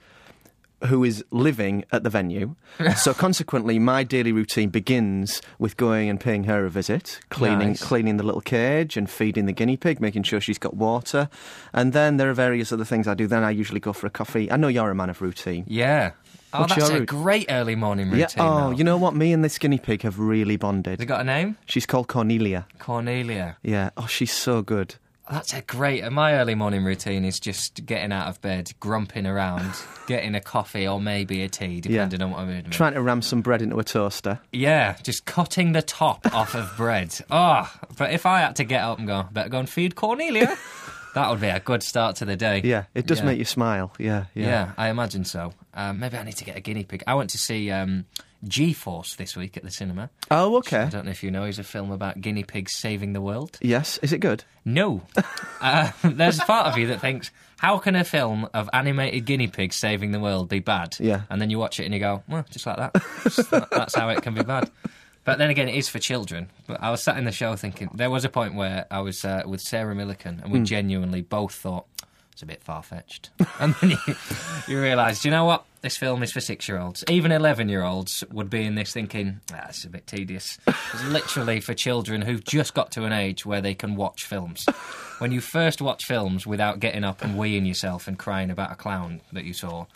Speaker 9: Who is living at the venue. so consequently, my daily routine begins with going and paying her a visit, cleaning
Speaker 4: Nice.
Speaker 9: cleaning the little cage and feeding the guinea pig, making sure she's got water, and then there are various other things I do. Then I usually go for a coffee. I know you're a man of routine.
Speaker 4: Yeah. Oh,
Speaker 9: What's
Speaker 4: that's
Speaker 9: your
Speaker 4: a
Speaker 9: route?
Speaker 4: great early morning routine.
Speaker 9: yeah. Oh,
Speaker 4: though.
Speaker 9: you know what? Me and this guinea pig have really
Speaker 4: Has it
Speaker 9: bonded.
Speaker 4: got a name?
Speaker 9: She's called Cornelia.
Speaker 4: Cornelia. Oh,
Speaker 9: Yeah. Oh, she's so good.
Speaker 4: That's a great. uh, My early morning routine is just getting out of bed, grumping around, getting a coffee or maybe a tea, depending on what I'm doing.
Speaker 9: Trying to ram some bread into a toaster.
Speaker 4: yeah, just cutting the top off of bread. Oh, but if I had to get up and go, better go and feed Cornelia, that would be a good start to the day.
Speaker 9: Yeah, it does
Speaker 4: Yeah.
Speaker 9: make you smile. Yeah, yeah.
Speaker 4: Yeah, I imagine so. Um, maybe I need to get a guinea pig. I went to see um, G Force this week at the cinema.
Speaker 9: Oh,
Speaker 4: I
Speaker 9: okay.
Speaker 4: don't know if you know, he's a film about guinea pigs saving the world.
Speaker 9: Yes, is it good?
Speaker 4: No. uh, there's a part of you that thinks, how can a film of animated guinea pigs saving the world be bad?
Speaker 9: Yeah.
Speaker 4: And then you watch it and you go, well, just like that. Just that- That's how it can be bad. But then again, it is for children. But I was sat in the show thinking, there was a point where I was uh, with Sarah Millican and we
Speaker 9: Hmm.
Speaker 4: genuinely both thought, it's a bit far fetched. And then you, you realise, "Do you know what? This film is for six year olds. Even 11 year olds would be in this thinking, ah, it's a bit tedious. It's literally for children who've just got to an age where they can watch films. When you first watch films without getting up and weeing yourself and crying about a clown that you saw,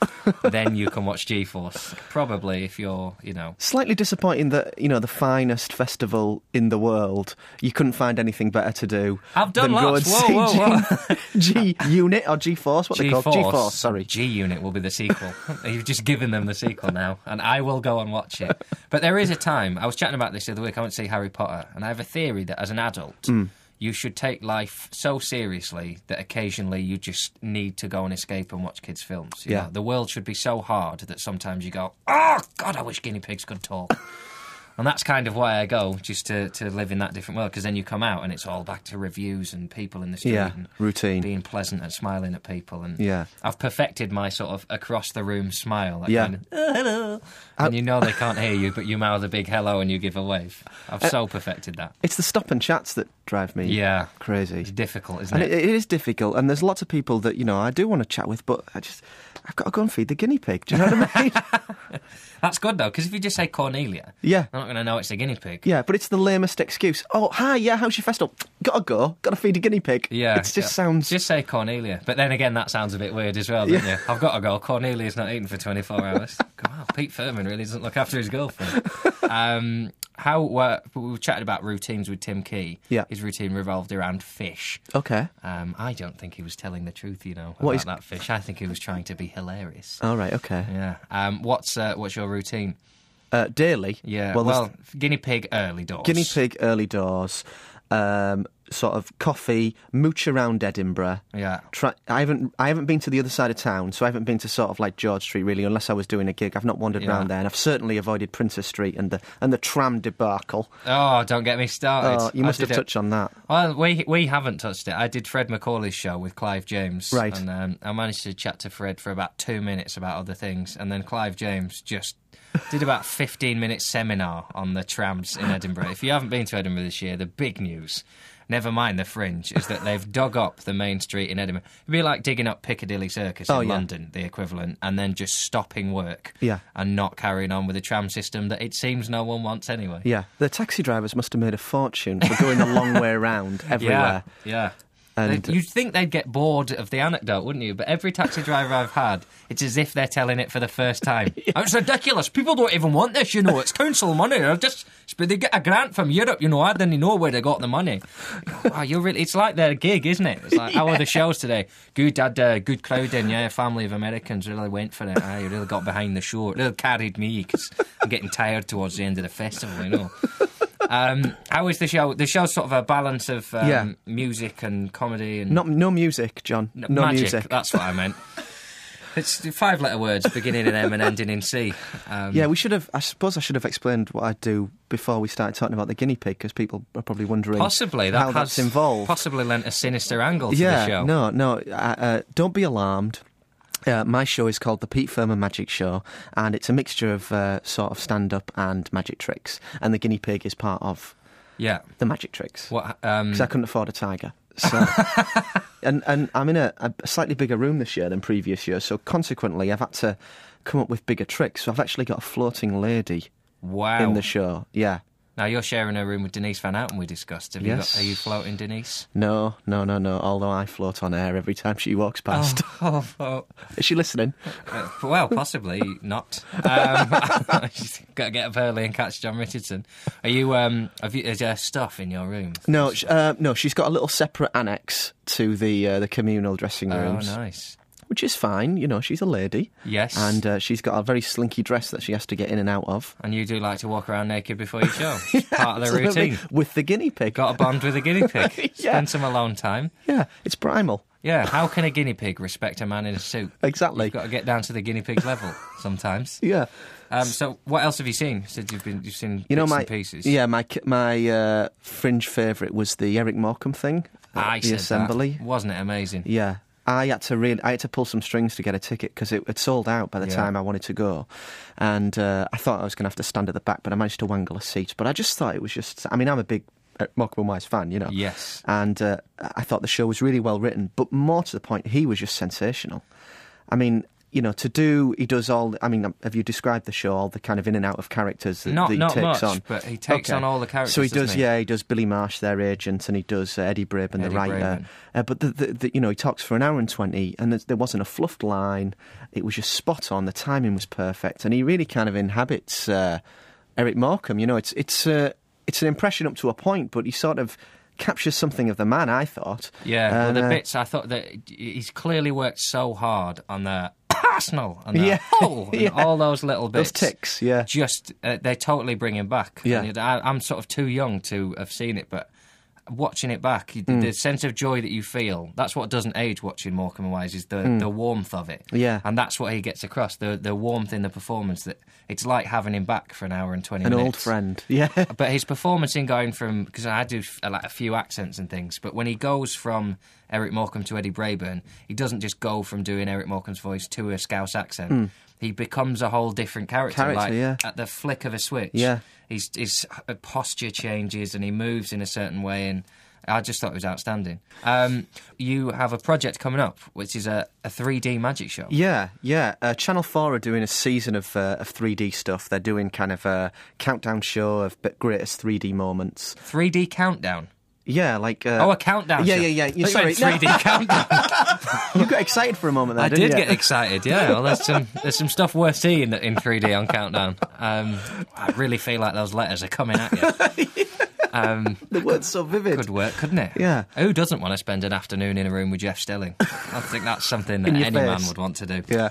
Speaker 4: then you can watch G Force. Probably if you're, you know.
Speaker 9: Slightly disappointing that you know the finest festival in the world. You couldn't find anything better to do.
Speaker 4: I've done
Speaker 9: than go and
Speaker 4: lots. Whoa,
Speaker 9: see
Speaker 4: whoa,
Speaker 9: G, G Unit or G Force? What they called? G Force. Sorry.
Speaker 4: G Unit will be the sequel. You've just given them the sequel now, and I will go and watch it. But there is a time. I was chatting about this the other week. I went to see Harry Potter, and I have a theory that as an adult,
Speaker 9: Hmm.
Speaker 4: you should take life so seriously that occasionally you just need to go and escape and watch kids' films. you
Speaker 9: Yeah.
Speaker 4: know? the world should be so hard that sometimes you go, "Oh God, I wish guinea pigs could talk." And that's kind of why I go, just to, to live in that different world, because then you come out and it's all back to reviews and people in the street.
Speaker 9: Yeah,
Speaker 4: and
Speaker 9: routine.
Speaker 4: Being pleasant and smiling at people. And
Speaker 9: Yeah.
Speaker 4: I've perfected my sort of across the room smile. That
Speaker 9: Yeah.
Speaker 4: Kind of, "Oh, hello. And you know they
Speaker 9: Uh,
Speaker 4: can't hear you, but you mouth a big hello and you give a wave. I've so perfected that.
Speaker 9: It's the stop and chats that drive me
Speaker 4: Yeah.
Speaker 9: crazy.
Speaker 4: It's difficult, isn't
Speaker 9: And
Speaker 4: it?
Speaker 9: it, it is difficult, and there's lots of people that you know I do want to chat with, but I just I've got to go and feed the guinea pig. Do you know what I mean?
Speaker 4: That's good though, because if you just say Cornelia,
Speaker 9: Yeah.
Speaker 4: I'm not going to know it's a guinea pig.
Speaker 9: Yeah, but it's the lamest excuse. Oh, hi, yeah, how's your festival? Gotta go, gotta feed a guinea pig.
Speaker 4: Yeah,
Speaker 9: it just
Speaker 4: yeah.
Speaker 9: sounds.
Speaker 4: Just say Cornelia, but then again, that sounds a bit weird as well, doesn't
Speaker 9: Yeah.
Speaker 4: it? I've got to go. Cornelia's not eating for 24 hours. Wow, Pete Furman really doesn't look after his girlfriend. um, how were, we chatted about routines with Tim Key.
Speaker 9: Yeah.
Speaker 4: his routine revolved around fish.
Speaker 9: okay.
Speaker 4: Um, I don't think he was telling the truth, you know,
Speaker 9: What
Speaker 4: about
Speaker 9: is- Oh.
Speaker 4: that fish. I think he was trying to be hilarious.
Speaker 9: All right. Okay.
Speaker 4: Yeah. Um, what's uh, what's your routine?
Speaker 9: Uh, daily.
Speaker 4: Yeah. Well,
Speaker 9: Well, there's
Speaker 4: guinea pig early doors.
Speaker 9: guinea pig early doors. Um, sort of coffee, mooch around Edinburgh.
Speaker 4: Yeah.
Speaker 9: Try, I haven't I haven't been to the other side of town, so I haven't been to sort of like George Street really, unless I was doing a gig. I've not wandered
Speaker 4: Yeah.
Speaker 9: round there, and I've certainly avoided Princess Street and the and the tram debacle.
Speaker 4: Oh, don't get me started.
Speaker 9: Oh, you
Speaker 4: I
Speaker 9: must have
Speaker 4: did it-
Speaker 9: touched on that.
Speaker 4: Well, we we haven't touched it. I did Fred Macaulay's show with Clive James,
Speaker 9: Right.
Speaker 4: And um, I managed to chat to Fred for about two minutes about other things, and then Clive James just did about fifteen minute seminar on the trams in Edinburgh. If you haven't been to Edinburgh this year, the big news. Never mind the fringe, is that they've dug up the main street in Edinburgh. It'd be like digging up Piccadilly Circus
Speaker 9: Oh,
Speaker 4: in
Speaker 9: yeah.
Speaker 4: London, the equivalent, and then just stopping work
Speaker 9: Yeah.
Speaker 4: and not carrying on with a tram system that it seems no one wants anyway.
Speaker 9: Yeah, the taxi drivers must have made a fortune for going the long way around everywhere.
Speaker 4: Yeah.
Speaker 9: And-
Speaker 4: They- you'd think they'd get bored of the anecdote, wouldn't you? But every taxi driver I've had, it's as if they're telling it for the first time. "Oh, It's ridiculous. People don't even want this, you know. It's council money. They're just they get a grant from Europe, you know. I didn't know where they got the money. wow, you're really. It's like their gig, isn't it? It's like how are the shows today? Good, had uh, good crowding. Yeah, family of Americans really went for it. I really got behind the show. It really carried me because I'm getting tired towards the end of the festival, you know. Um, how is the show? The show's sort of a balance of um,
Speaker 9: Yeah.
Speaker 4: music and comedy and
Speaker 9: Not no music, John.
Speaker 4: no,
Speaker 9: No,
Speaker 4: magic.
Speaker 9: music.
Speaker 4: That's what I meant. It's five letter words beginning in M and ending in C. Um,
Speaker 9: Yeah, we should have. I suppose I should have explained what I do before we started talking about the guinea pig, because people are probably wondering
Speaker 4: possibly that
Speaker 9: how
Speaker 4: has
Speaker 9: that's involved.
Speaker 4: Possibly lent a sinister angle to
Speaker 9: yeah,
Speaker 4: the show.
Speaker 9: no, no. Uh, uh, don't be alarmed. Uh, my show is called the Pete Firmer Magic Show, and it's a mixture of uh, sort of stand up and magic tricks. And the guinea pig is part of
Speaker 4: Yeah.
Speaker 9: the magic tricks.
Speaker 4: What? Um,
Speaker 9: because I couldn't afford a tiger. So, and and I'm in a, a slightly bigger room this year than previous years, so consequently, I've had to come up with bigger tricks. So I've actually got a floating lady
Speaker 4: wow.
Speaker 9: in the show. Yeah,
Speaker 4: now you're sharing a room with Denise Van Outen. We discussed. Have you
Speaker 9: Yes.
Speaker 4: got, are you floating, Denise?
Speaker 9: no, no, no, no. Although I float on air every time she walks past.
Speaker 4: Oh, oh,
Speaker 9: Is she listening?
Speaker 4: Uh, well, possibly not. Um, got to get up early and catch John Richardson. Are you? Um, have you? Is there stuff in your room?
Speaker 9: No, sh- uh, no. She's got a little separate annex to the uh, the communal dressing rooms,
Speaker 4: Oh, nice.
Speaker 9: which is fine. You know, she's a lady.
Speaker 4: Yes.
Speaker 9: And uh, she's got a very slinky dress that she has to get in and out of.
Speaker 4: And you do like to walk around naked before your show. It's part of the
Speaker 9: Absolutely.
Speaker 4: routine.
Speaker 9: With the guinea pig.
Speaker 4: Got a bond with a guinea pig.
Speaker 9: Yeah.
Speaker 4: Spend some alone time.
Speaker 9: Yeah, it's primal.
Speaker 4: Yeah. How can a guinea pig respect a man in a suit?
Speaker 9: Exactly.
Speaker 4: You've got to get down to the guinea pig's level sometimes.
Speaker 9: Yeah.
Speaker 4: Um, so, what else have you seen since you've been? You've seen
Speaker 9: You know
Speaker 4: bits
Speaker 9: my
Speaker 4: and pieces.
Speaker 9: yeah my ki- my uh, fringe favourite was the Eric Morecambe thing, at
Speaker 4: I
Speaker 9: the
Speaker 4: said that.
Speaker 9: assembly.
Speaker 4: Wasn't it amazing?
Speaker 9: Yeah, I had to really I had to pull some strings to get a ticket because it had sold out by the
Speaker 4: Yeah.
Speaker 9: time I wanted to go, and uh, I thought I was going to have to stand at the back, but I managed to wangle a seat. But I just thought it was just I mean I'm a big uh, Morecambe and Wise fan, you know.
Speaker 4: Yes.
Speaker 9: and uh, I thought the show was really well written, but more to the point, he was just sensational. I mean. You know, to do he does all. I mean, have you described the show? All the kind of in and out of characters that,
Speaker 4: Not-
Speaker 9: that he
Speaker 4: not
Speaker 9: takes
Speaker 4: much,
Speaker 9: on.
Speaker 4: but he takes on all the characters,
Speaker 9: So he
Speaker 4: doesn't
Speaker 9: does,
Speaker 4: he?
Speaker 9: yeah. He does Billy Marsh, their agent, and he does uh, Eddie Braben, the
Speaker 4: Eddie Braben.
Speaker 9: writer. Uh, but the, the, the, you know, he talks for an hour and twenty, and there's- there wasn't a fluffed line. It was just spot on. The timing was perfect, and he really kind of inhabits uh, Eric Markham. You know, it's it's uh, it's an impression up to a point, but he sort of captures something of the man. I thought.
Speaker 4: Yeah,
Speaker 9: And,
Speaker 4: well, the
Speaker 9: uh,
Speaker 4: bits I thought that he's clearly worked so hard on the arsenal and the
Speaker 9: Yeah.
Speaker 4: hole and
Speaker 9: Yeah.
Speaker 4: all those little
Speaker 9: Those
Speaker 4: bits.
Speaker 9: ticks, yeah.
Speaker 4: Just uh, they totally bring him back.
Speaker 9: Yeah.
Speaker 4: And I, I'm sort of too young to have seen it, but watching it back, you-
Speaker 9: Hmm.
Speaker 4: the sense of joy that you feel, that's what doesn't age watching Morecambe and Wise is the, the warmth of it.
Speaker 9: Hmm. Yeah.
Speaker 4: And that's what he gets across, the the warmth in the performance that it's like having him back for an hour and 20
Speaker 9: an
Speaker 4: minutes.
Speaker 9: old friend. Yeah.
Speaker 4: But his performance in going from because I do f- like a few accents and things, but when he goes from Eric Morecambe to Eddie Brayburn, he doesn't just go from doing Eric Morecambe's voice to a Scouse accent. He becomes a whole different character.
Speaker 9: Hmm. Character,
Speaker 4: like
Speaker 9: yeah.
Speaker 4: at the flick of a switch,
Speaker 9: Yeah.
Speaker 4: his his uh, posture changes and he moves in a certain way and. I just thought it was outstanding. Um, you have a project coming up, which is a, a 3D magic show.
Speaker 9: Yeah, yeah. Uh, Channel Four are doing a season of uh, of 3D stuff. They're doing kind of a countdown show of b- greatest 3D moments.
Speaker 4: 3D countdown.
Speaker 9: Yeah, like uh,
Speaker 4: Oh, a countdown.
Speaker 9: Yeah,
Speaker 4: show. Oh,
Speaker 9: yeah, yeah.
Speaker 4: You
Speaker 9: You're sorry,
Speaker 4: sorry, 3D countdown.
Speaker 9: you got excited for a moment there.
Speaker 4: I
Speaker 9: didn't
Speaker 4: did
Speaker 9: you?
Speaker 4: get excited. Yeah, well, there's some there's some stuff worth seeing in 3D on countdown. Um, I really feel like those letters are coming at you.
Speaker 9: the words so vivid.
Speaker 4: Could work, couldn't it?
Speaker 9: Yeah.
Speaker 4: Who doesn't want to spend an afternoon in a room with Jeff Stelling? I think that's something that
Speaker 9: In your
Speaker 4: any man
Speaker 9: face.
Speaker 4: would want to do.
Speaker 9: Yeah.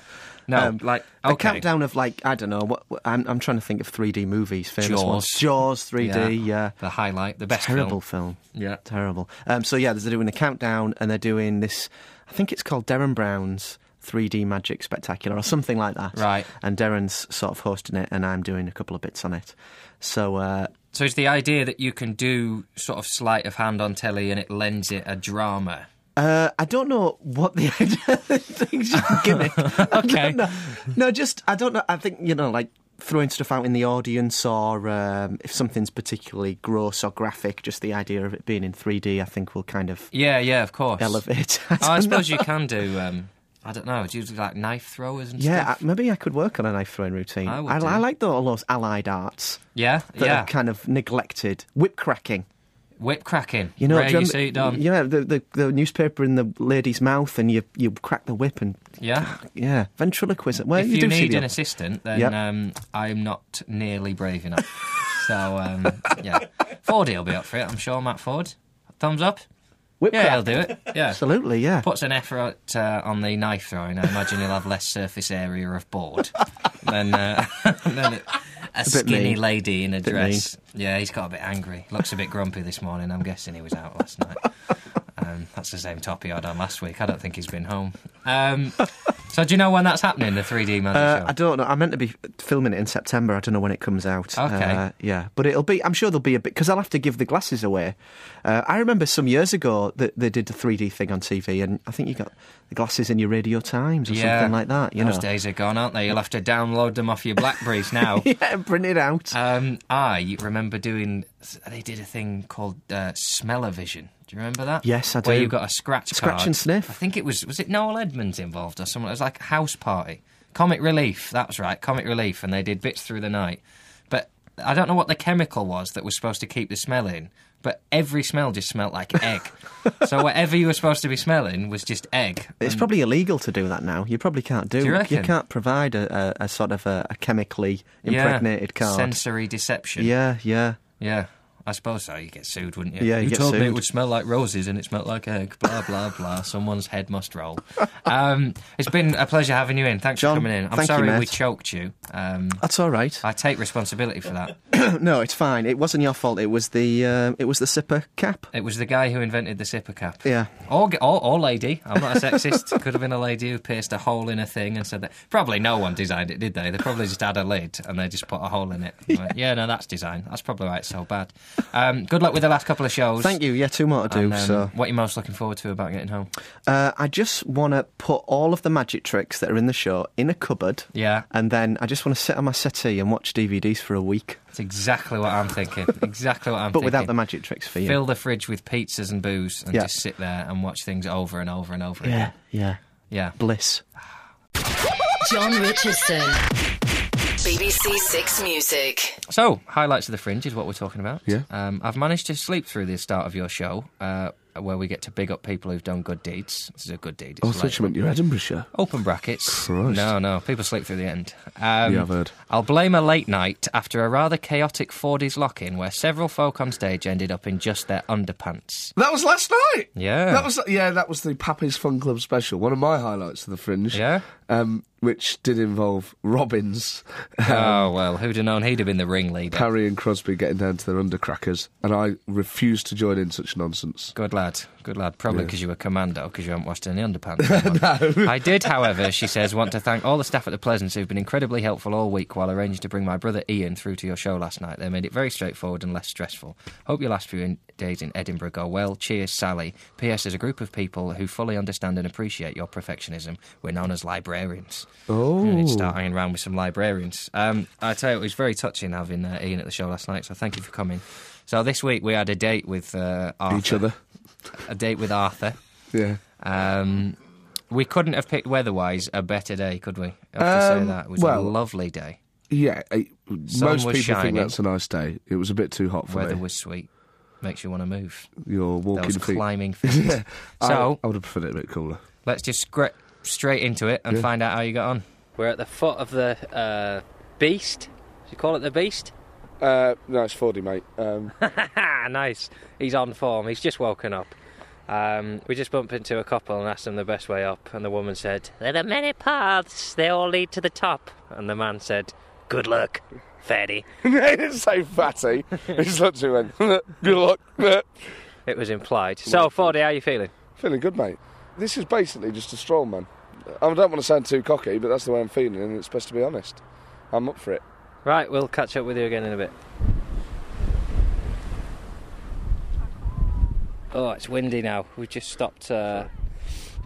Speaker 4: No,
Speaker 9: Um,
Speaker 4: like,
Speaker 9: a
Speaker 4: okay.
Speaker 9: countdown of like I don't know what, what- I'm, I'm trying to think of 3D movies. Famous
Speaker 4: Jaws.
Speaker 9: ones. Jaws 3D. Yeah.
Speaker 4: The highlight, the best
Speaker 9: Terrible
Speaker 4: film.
Speaker 9: film.
Speaker 4: Yeah.
Speaker 9: Terrible. Um, so yeah, they're doing a countdown and they're doing this. I think it's called Darren Brown's 3D Magic Spectacular or something like that.
Speaker 4: Right.
Speaker 9: And Darren's sort of hosting it, and I'm doing a couple of bits on it. So uh,
Speaker 4: So it's the idea that you can do sort of sleight of hand on telly and it lends it a drama.
Speaker 9: Uh, I don't know what the idea thing's just a gimmick. I don't
Speaker 4: Okay.
Speaker 9: know. No, just I don't know. I think you know, like throwing stuff out in the audience, or um, if something's particularly gross or graphic, just the idea of it being in 3D, I think will kind of
Speaker 4: Yeah, yeah, of course.
Speaker 9: elevate.
Speaker 4: Oh, I
Speaker 9: don't
Speaker 4: suppose
Speaker 9: know.
Speaker 4: you can do. Um, I don't know. Do you do like knife throwers and
Speaker 9: Yeah,
Speaker 4: stuff?
Speaker 9: I- maybe I could work on a knife throwing routine.
Speaker 4: I would
Speaker 9: I,
Speaker 4: do.
Speaker 9: like the, all those allied arts
Speaker 4: Yeah,
Speaker 9: that
Speaker 4: yeah.
Speaker 9: are kind of neglected. Whip cracking.
Speaker 4: Whip cracking.
Speaker 9: You know,
Speaker 4: Rare
Speaker 9: do
Speaker 4: you
Speaker 9: remember-
Speaker 4: see it done.
Speaker 9: Yeah, the, the, the newspaper in the lady's mouth, and you, you crack the whip and
Speaker 4: Yeah.
Speaker 9: Yeah, ventriloquism. Well,
Speaker 4: if
Speaker 9: you,
Speaker 4: you,
Speaker 9: do see
Speaker 4: need
Speaker 9: the
Speaker 4: an assistant, then
Speaker 9: Yep.
Speaker 4: um, I'm not nearly brave enough. so um, yeah, Ford will be up for it. I'm sure Matt Ford. Thumbs up.
Speaker 9: whip
Speaker 4: Yeah,
Speaker 9: crack.
Speaker 4: he'll do it. Yeah.
Speaker 9: Absolutely, yeah.
Speaker 4: Puts an effort uh, on the knife throwing. I imagine he'll have less surface area of board than, uh, than a, a skinny
Speaker 9: mean.
Speaker 4: lady in a
Speaker 9: Bit
Speaker 4: dress. Yeah, he's got a bit angry. Looks a bit grumpy this morning. I'm guessing he was out last night. Um, that's the same top he had on last week. I don't think he's been home. Um, so, do you know when that's happening? The 3D magic
Speaker 9: Uh,
Speaker 4: show.
Speaker 9: I don't know. I meant to be filming it in September. I don't know when it comes out.
Speaker 4: Okay.
Speaker 9: Uh, yeah, but it'll be. I'm sure there'll be a bit because I'll have to give the glasses away. Uh, I remember some years ago that they did the 3D thing on TV, and I think you got the glasses in your Radio Times or something like that. You
Speaker 4: those
Speaker 9: know,
Speaker 4: days are gone, aren't they? You'll have to download them off your Blackberries now.
Speaker 9: yeah, print it out.
Speaker 4: um, I remember doing. They did a thing called uh, Smell-O-Vision. Do you remember that?
Speaker 9: Yes, I
Speaker 4: Where
Speaker 9: do.
Speaker 4: you got a scratch
Speaker 9: Scratch
Speaker 4: card.
Speaker 9: and sniff.
Speaker 4: I think it was was it Noel Edmonds involved or someone? It was like a house party, Comic Relief. That was right, Comic Relief, and they did bits through the night. But I don't know what the chemical was that was supposed to keep the smell in. But every smell just smelt like egg. so whatever you were supposed to be smelling was just egg.
Speaker 9: it's probably illegal to do that now. You probably can't do.
Speaker 4: Um, Do you reckon?
Speaker 9: can't provide a, a, a sort of a, a chemically impregnated
Speaker 4: yeah,
Speaker 9: card.
Speaker 4: Sensory deception.
Speaker 9: Yeah, yeah.
Speaker 4: Yeah. I suppose so. You get sued, wouldn't you?
Speaker 9: Yeah, you
Speaker 4: you
Speaker 9: get
Speaker 4: told me it
Speaker 9: sued.
Speaker 4: would smell like roses and it smelled like egg. Blah blah blah. Someone's head must roll. Um, it's been a pleasure having you in. Thanks
Speaker 9: John,
Speaker 4: for coming in. I'm
Speaker 9: thank you,
Speaker 4: sorry
Speaker 9: mate.
Speaker 4: we choked you. Um,
Speaker 9: That's all right.
Speaker 4: I take responsibility for that.
Speaker 9: No, it's fine. It wasn't your fault. It was the um it was the sipper cap.
Speaker 4: It was the guy who invented the sipper cap.
Speaker 9: Yeah.
Speaker 4: Or, g- or, or lady. I'm not a sexist. Could have been a lady who pierced a hole in a thing and said that. Probably no one designed it, did they? They probably just had a lid and they just put a hole in it. And went, yeah, no, that's design. That's probably why it's so bad. Um, good luck with the last couple of shows.
Speaker 9: Thank you. Yeah, two more to do.
Speaker 4: And, um,
Speaker 9: so
Speaker 4: What you're most looking forward to about getting home?
Speaker 9: uh, I just want to put all of the magic tricks that are in the show in a cupboard.
Speaker 4: Yeah.
Speaker 9: And then I just want to sit on my settee and watch DVDs for a week,
Speaker 4: That's exactly what I'm thinking. Exactly what I'm
Speaker 9: but
Speaker 4: thinking.
Speaker 9: without the magic tricks for you.
Speaker 4: Fill the fridge with pizzas and booze and
Speaker 9: Yeah.
Speaker 4: just sit there and watch things over and over and over
Speaker 9: yeah,
Speaker 4: again.
Speaker 9: yeah.
Speaker 4: Yeah.
Speaker 9: Bliss.
Speaker 3: John Richardson. BBC Six Music.
Speaker 4: So, highlights of the fringe is what we're talking about.
Speaker 5: Yeah.
Speaker 4: Um, I've managed to sleep through the start of your show, uh, where we get to big up people who've done good deeds. This is a good deed. It's
Speaker 5: Oh, I thought
Speaker 4: like-
Speaker 5: you meant your Edinburgh show.
Speaker 4: Open brackets.
Speaker 5: Christ.
Speaker 4: No, no. People sleep through the end. Um,
Speaker 5: Yeah, I've heard.
Speaker 4: I'll blame a late night after a rather chaotic 40s lock in where several folk on stage ended up in just their underpants.
Speaker 5: That was last night.
Speaker 4: Yeah.
Speaker 5: That was yeah. That was the Pappy's Fun Club special. One of my highlights of the Fringe.
Speaker 4: Yeah?
Speaker 5: Um, which did involve Robbins,
Speaker 4: oh, well, who'd have known he'd have been the ringleader?
Speaker 5: Harry, and Crosby getting down to their undercrackers, and I refused to join in such nonsense.
Speaker 4: Good lad, good lad. Probably because you were commando, because you haven't washed any underpants. no. I did, however, she says, want to thank all the staff at the Pleasance who've been incredibly helpful all week while arranging to bring my brother Ian through to your show last night. They made it very straightforward and less stressful. Hope your last few in- days in Edinburgh go well. Cheers, Sally. P.S. There's a group of people who fully understand and appreciate your perfectionism. We're known as librarians. Oh, you need to start hanging around with some librarians. Um, I tell you, it was very touching having uh, Ian at the show last night. So thank you for coming. So this week we had a date with uh, Arthur.
Speaker 5: Each other.
Speaker 4: a date with Arthur.
Speaker 5: Yeah.
Speaker 4: Um, we couldn't have picked weatherwise a better day, could we? I have to
Speaker 5: Um,
Speaker 4: say that. It was
Speaker 5: well,
Speaker 4: a lovely day.
Speaker 5: Yeah, it,
Speaker 4: Sun was
Speaker 5: most people
Speaker 4: shining.
Speaker 5: think that's a nice day. It was a bit too hot for
Speaker 4: Weather
Speaker 5: me.
Speaker 4: was sweet. Makes you want to move.
Speaker 5: Your
Speaker 4: That
Speaker 5: walking
Speaker 4: was
Speaker 5: feet.
Speaker 4: climbing feet.
Speaker 5: I-
Speaker 4: So-
Speaker 5: I, would have preferred it a bit cooler.
Speaker 4: Let's just scra- straight into it and
Speaker 5: Yeah.
Speaker 4: find out how you got on. We're at the foot of the uh, beast. Do you call it the beast?
Speaker 10: Uh, no, it's 40, mate. Um,
Speaker 4: nice. He's on form. He's just woken up. Um, we just bumped into a couple and asked them the best way up, and the woman said, "There are many paths. They all lead to the top." And the man said, "Good luck, fatty."
Speaker 10: they didn't say fatty. It's not too went. Good luck.
Speaker 4: It was implied. So, Fordy, how are you feeling?
Speaker 10: feeling good, mate. This is basically just a stroll, man. I don't want to sound too cocky, but that's the way I'm feeling, and it's best to be honest. I'm up for it.
Speaker 4: Right, we'll catch up with you again in a bit. Oh, it's windy now. We've just stopped uh,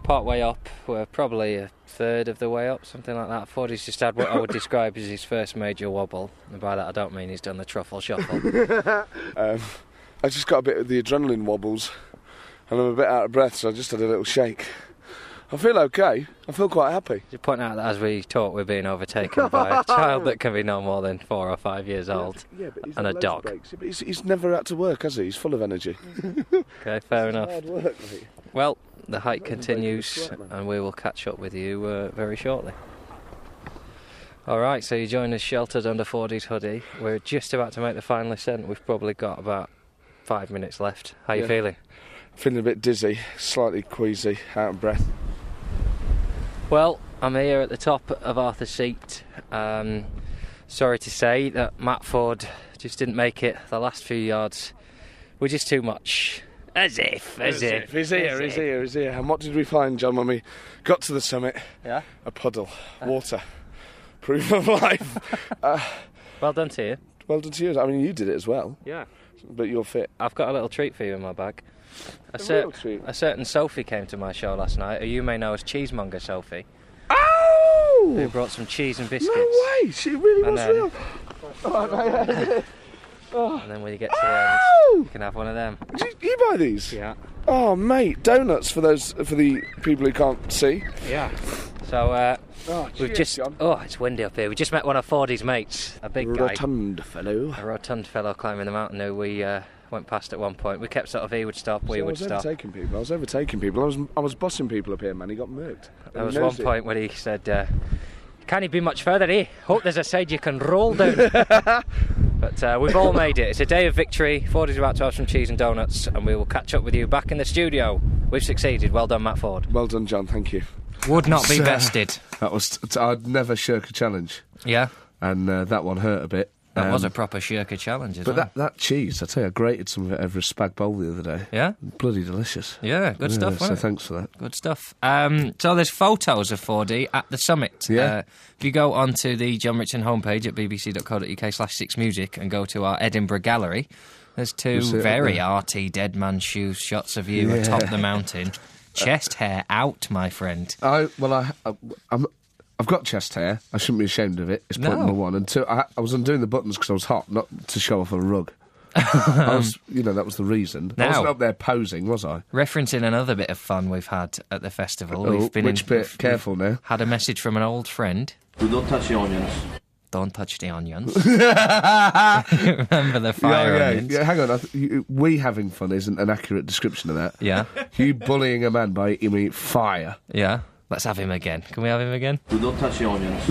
Speaker 4: part way up. We're probably a third of the way up, something like that. Ford has just had what I would describe as his first major wobble. And by that, I don't mean he's done the truffle shuffle.
Speaker 10: Um, I just got a bit of the adrenaline wobbles, and I'm a bit out of breath, so I just had a little shake. I feel okay. I feel quite happy.
Speaker 4: Just point out that as we talk, we're being overtaken by a child that can be no more than four or five years old
Speaker 10: Yeah, but he's
Speaker 4: and a
Speaker 10: had loads of
Speaker 4: dog.
Speaker 10: breaks. Yeah, but he's, he's never out to work, has he? He's full of energy.
Speaker 4: Okay, fair enough.
Speaker 10: Hard work, mate.
Speaker 4: Well, the hike
Speaker 10: Not even breaking
Speaker 4: continues,
Speaker 10: the sweat, man.
Speaker 4: and we will catch up with you uh, very shortly. All right, so you join us sheltered under 40's hoodie. We're just about to make the final ascent. We've probably got about five minutes left. How you
Speaker 10: Yeah.
Speaker 4: feeling?
Speaker 10: Feeling a bit dizzy, slightly queasy, out of breath.
Speaker 4: Well, I'm here at the top of Arthur's Seat. Um, sorry to say that Matt Ford just didn't make it. The last few yards were just too much. As if, as, if.
Speaker 10: He's here, he's here, he's here. And what did we find, John, when we got to the summit?
Speaker 4: Yeah.
Speaker 10: A puddle. Water. Proof of life.
Speaker 4: Well done to you.
Speaker 10: well done to you. I mean, you did it as well,
Speaker 4: Yeah.
Speaker 10: but you're fit.
Speaker 4: I've got a little treat for you in my bag. A,
Speaker 10: A
Speaker 4: cer-
Speaker 10: real treat?
Speaker 4: a certain Sophie came to my show last night, who you may know as Cheesemonger Sophie, who
Speaker 10: Oh!
Speaker 4: brought some cheese and biscuits.
Speaker 10: No way! She really
Speaker 4: And
Speaker 10: was
Speaker 4: then-
Speaker 10: real. Oh, mate.
Speaker 4: And then when you get to the end,
Speaker 10: Oh!
Speaker 4: you can have one of them.
Speaker 10: Did you, you buy these?
Speaker 4: Yeah.
Speaker 10: Oh, mate, donuts for those for the people who can't see.
Speaker 4: Yeah. So uh,
Speaker 10: Oh,
Speaker 4: we've
Speaker 10: cheers,
Speaker 4: just.
Speaker 10: John.
Speaker 4: Oh, it's windy up here. We just met one of Fordy's mates, a big guy.
Speaker 10: Rotund fellow.
Speaker 4: A rotund fellow climbing the mountain who we uh, went past at one point. We kept sort of, he would stop, we
Speaker 10: So I
Speaker 4: would
Speaker 10: was
Speaker 4: stop.
Speaker 10: overtaking people. I was overtaking people. I was I was bossing people up here, man. He got murked.
Speaker 4: There was
Speaker 10: He
Speaker 4: one
Speaker 10: knows it.
Speaker 4: point where he said, uh, "Can it be much further, eh? Hope there's a side you can roll down." but uh, we've all made it. It's a day of victory. Ford is about to have some cheese and donuts, and we will catch up with you back in the studio. We've succeeded. Well done, Matt Ford.
Speaker 10: Well done, John. Thank you.
Speaker 4: Would not
Speaker 5: be bested. That was. T- I'd never shirk a challenge,
Speaker 4: Yeah,
Speaker 5: and uh, that one hurt a bit.
Speaker 4: that was a
Speaker 5: Um,
Speaker 4: proper Shirker challenge.
Speaker 5: But that, that cheese, I tell you, I grated some of it over a spag bowl the other day.
Speaker 4: Yeah?
Speaker 5: bloody delicious.
Speaker 4: yeah, good
Speaker 5: Yeah,
Speaker 4: stuff.
Speaker 5: So
Speaker 4: wasn't it?
Speaker 5: thanks for that.
Speaker 4: Good stuff. Um, so there's photos of 4D at the summit. Uh,
Speaker 5: Yeah.
Speaker 4: if you go onto the John Richard homepage at bbc.co.uk slash 6music and go to our Edinburgh gallery, there's two
Speaker 5: You'll see it up
Speaker 4: very
Speaker 5: there.
Speaker 4: arty dead man shoes shots of you atop the mountain. Chest hair out, my friend.
Speaker 5: I well, I, I I'm. I've got chest hair. I shouldn't be ashamed of it. It's point
Speaker 4: No.
Speaker 5: number one. And two, I, I was undoing the buttons because I was hot, not to show off a rug. I was, you know, that was the reason. I wasn't
Speaker 4: Now-
Speaker 5: up there posing, was I?
Speaker 4: Referencing another bit of fun we've had at the festival.
Speaker 5: Oh,
Speaker 4: we've been
Speaker 5: which
Speaker 4: in,
Speaker 5: bit?
Speaker 4: we've-
Speaker 5: Careful
Speaker 4: we've
Speaker 5: now.
Speaker 4: Had a message from an old friend.
Speaker 7: Don't touch the onions.
Speaker 4: Don't touch the onions. Remember the fire
Speaker 5: yeah, yeah,
Speaker 4: onions?
Speaker 5: yeah. Hang on. I th- you, we having fun isn't an accurate description of that.
Speaker 4: Yeah.
Speaker 5: You bullying a man by eating me fire.
Speaker 4: yeah. Let's have him again. Can we have him again?
Speaker 7: Don't touch the onions.